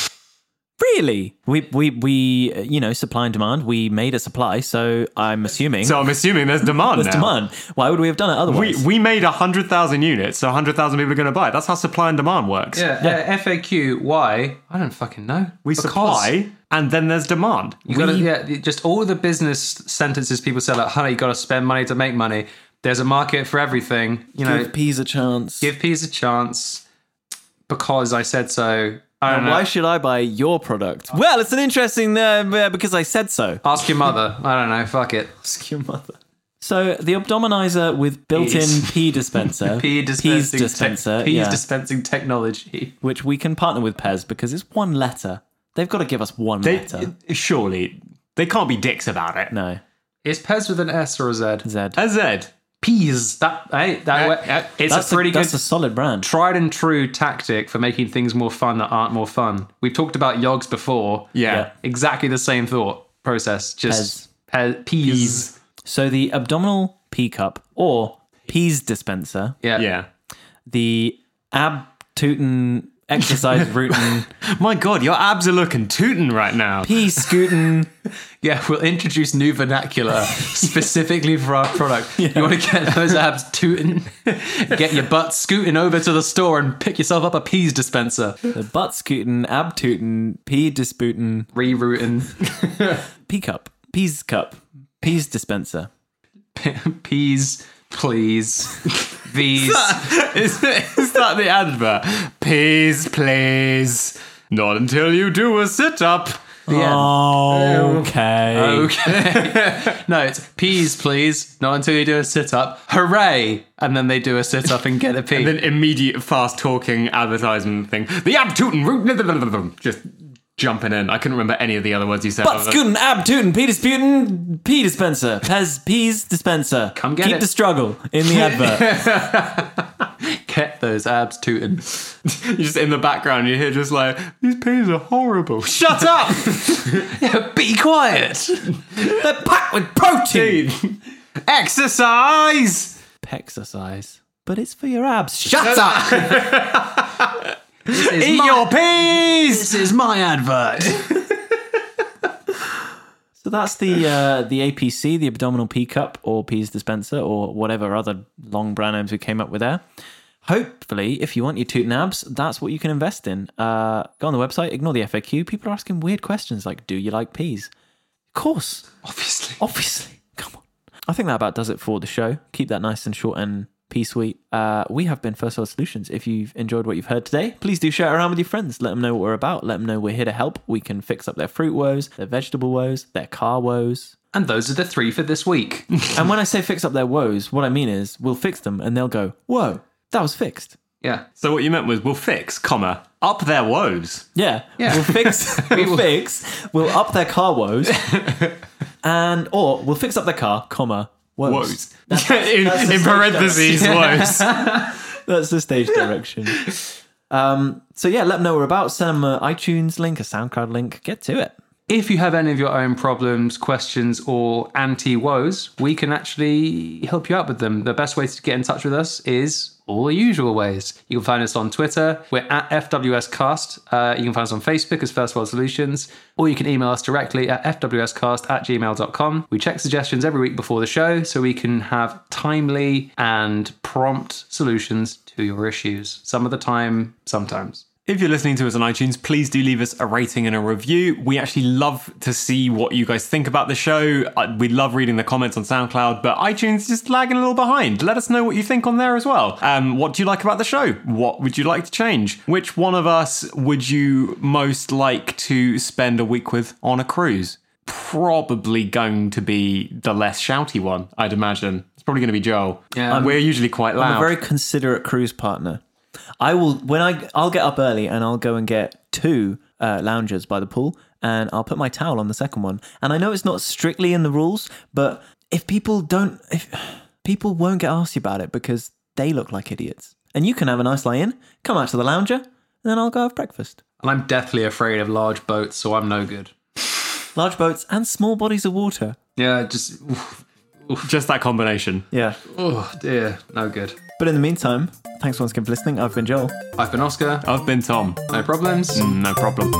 [SPEAKER 1] Really? We we we, uh, you know, supply and demand. We made a supply, so I'm assuming
[SPEAKER 3] So I'm assuming there's demand
[SPEAKER 1] there's
[SPEAKER 3] now.
[SPEAKER 1] demand. Why would we have done it
[SPEAKER 3] We,
[SPEAKER 1] otherwise?
[SPEAKER 3] we made 100,000 units, so 100,000 people are going to buy it. That's how supply and demand works.
[SPEAKER 2] yeah, Uh, FAQ why I don't fucking know.
[SPEAKER 3] We
[SPEAKER 2] Because
[SPEAKER 3] supply, and then there's demand.
[SPEAKER 2] You got to yeah, just all the business sentences people say like, "Honey, you got to spend money to make money." There's a market for everything. You know,
[SPEAKER 1] Give peas a chance.
[SPEAKER 2] give peas a chance because I said so. I don't
[SPEAKER 1] And
[SPEAKER 2] know.
[SPEAKER 1] why should I buy your product? Well, it's an interesting uh, uh, because I said so.
[SPEAKER 2] Ask your mother. I don't know. Fuck it.
[SPEAKER 1] Ask your mother. So the abdominizer with built-in
[SPEAKER 2] Peas.
[SPEAKER 1] pea
[SPEAKER 2] *laughs*
[SPEAKER 1] dispenser,
[SPEAKER 2] Pea
[SPEAKER 1] peas
[SPEAKER 2] dispensing. tech-
[SPEAKER 1] dispenser,
[SPEAKER 2] peas
[SPEAKER 1] yeah.
[SPEAKER 2] dispensing technology.
[SPEAKER 1] which we can partner with Pez because it's one letter. They've got to give us one
[SPEAKER 3] They-
[SPEAKER 1] letter.
[SPEAKER 3] surely, they can't be dicks about it.
[SPEAKER 1] No,
[SPEAKER 2] Is Pez with an S or a Z?
[SPEAKER 1] Z.
[SPEAKER 3] A Z.
[SPEAKER 2] Peas. That hey, that
[SPEAKER 3] Uh,
[SPEAKER 2] way,
[SPEAKER 3] uh,
[SPEAKER 2] it's
[SPEAKER 1] That's
[SPEAKER 2] a pretty good
[SPEAKER 1] That's a solid brand.
[SPEAKER 2] tried and true tactic for making things more fun that aren't more fun. We've talked about yogs before.
[SPEAKER 3] Yeah.
[SPEAKER 1] Yeah.
[SPEAKER 2] Exactly the same thought process. Just pe- peas.
[SPEAKER 3] Peas.
[SPEAKER 1] So the abdominal pea cup or peas dispenser,
[SPEAKER 2] Yeah.
[SPEAKER 3] Yeah.
[SPEAKER 1] the abtootin exercise rootin
[SPEAKER 3] My God, your abs are looking tootin' right now.
[SPEAKER 1] pea scootin.
[SPEAKER 2] Yeah, we'll introduce new
[SPEAKER 3] *laughs*
[SPEAKER 2] vernacular specifically for our product. You want to get those abs
[SPEAKER 3] *laughs*
[SPEAKER 2] tooting, get your butt scooting over to the store and pick yourself up a peas dispenser.
[SPEAKER 1] The butt scootin, abtootin, pea disputin,
[SPEAKER 3] *laughs*
[SPEAKER 2] Rerouting
[SPEAKER 1] pea cup, peas cup, peas dispenser.
[SPEAKER 2] peas, please. These.
[SPEAKER 3] *laughs* is, *laughs* is that the advert? Peas, please. Not until you do a sit up.
[SPEAKER 2] Yeah. Oh.
[SPEAKER 1] okay.
[SPEAKER 2] Okay. no, it's peas, please. Not until you do a sit up. Hooray! And then they do a sit up and get a pea.
[SPEAKER 3] Then immediate fast talking advertisement thing. The ab tootin' root. *laughs* Just jumping in. I couldn't remember any of the other words you said.
[SPEAKER 1] Butt scootin, abtootin, pea disputin, pea dispenser, Pez peas dispenser.
[SPEAKER 2] Come get
[SPEAKER 1] Keep
[SPEAKER 2] it.
[SPEAKER 1] the struggle in the advert. *laughs*
[SPEAKER 2] get
[SPEAKER 3] *laughs*
[SPEAKER 2] those abs tooting.
[SPEAKER 3] You're just in the background, you hear just like, these peas are horrible.
[SPEAKER 2] *laughs*
[SPEAKER 3] Shut up!
[SPEAKER 2] Be quiet!
[SPEAKER 1] They're packed with protein.
[SPEAKER 3] *laughs* Exercise!
[SPEAKER 1] Exercise, but it's for your abs. Shut up.
[SPEAKER 2] This is
[SPEAKER 3] Eat
[SPEAKER 2] my-
[SPEAKER 3] your peas!
[SPEAKER 2] This is my advert.
[SPEAKER 1] *laughs* So that's the uh, the APC, the abdominal pea cup or peas dispenser or whatever other long brand names we came up with there. Hopefully, if you want your tootin' abs, that's what you can invest in. Uh, go on the website, ignore the FAQ. People are asking weird questions like, "Do you like peas?" Of course,
[SPEAKER 2] Obviously.
[SPEAKER 1] obviously. Come on. I think that about does it for the show. Keep that nice and short and pea sweet. Uh, we have been First World Solutions. If you've enjoyed what you've heard today, please do share it around with your friends. Let them know what we're about. Let them know we're here to help. We can fix up their fruit woes, their vegetable woes, their car woes.
[SPEAKER 2] And those are the three for this week. *laughs*
[SPEAKER 1] and when I say fix up their woes, what I mean is we'll fix them and they'll go, whoa, that was fixed.
[SPEAKER 2] Yeah.
[SPEAKER 3] So what you meant was, we'll fix, comma, up their woes.
[SPEAKER 1] Yeah.
[SPEAKER 2] Yeah.
[SPEAKER 1] We'll fix we will fix. We'll up their car woes. and or we'll fix up their car, comma, woes.
[SPEAKER 3] Woes. *laughs* in in
[SPEAKER 1] stage
[SPEAKER 3] parentheses, woes.
[SPEAKER 1] That's the stage direction. um, so yeah, let them know we're about. Send them an iTunes link, a SoundCloud link. Get to it.
[SPEAKER 2] If you have any of your own problems, questions, or anti woes, we can actually help you out with them. The best way to get in touch with us is all the usual ways. You can find us on Twitter. We're at FWScast. Uh, you can find us on Facebook as First World Solutions, or you can email us directly at FWScast at gmail.com. We check suggestions every week before the show so we can have timely and prompt solutions to your issues. Some of the time, sometimes.
[SPEAKER 3] If you're listening to us on iTunes, please do leave us a rating and a review. We actually love to see what you guys think about the show. Uh, We love reading the comments on SoundCloud, but iTunes is just lagging a little behind. Let us know what you think on there as well. Um, what do you like about the show? What would you like to change? Which one of us would you most like to spend a week with on a cruise? Probably going to be the less shouty one, I'd imagine. It's probably going to be Joel. Uh,
[SPEAKER 2] Yeah.
[SPEAKER 3] we're usually quite
[SPEAKER 1] I'm
[SPEAKER 3] loud.
[SPEAKER 1] a very considerate cruise partner. I will when I I'll get up early and I'll go and get two uh, loungers by the pool and I'll put my towel on the second one. And I know it's not strictly in the rules, but if people don't, if people won't get asked about it because they look like idiots. And you can have a nice lie in, come out to the lounger, and then I'll go have breakfast.
[SPEAKER 2] And I'm deathly afraid of large boats, so I'm no good.
[SPEAKER 1] Large boats and small bodies of water.
[SPEAKER 2] Yeah, just. oof,
[SPEAKER 3] Just that combination.
[SPEAKER 1] Yeah.
[SPEAKER 2] Oh, dear. No good.
[SPEAKER 1] But in the meantime, thanks once again for listening. I've been Joel.
[SPEAKER 2] I've been Oscar.
[SPEAKER 3] I've been Tom.
[SPEAKER 2] No problems.
[SPEAKER 3] No problem.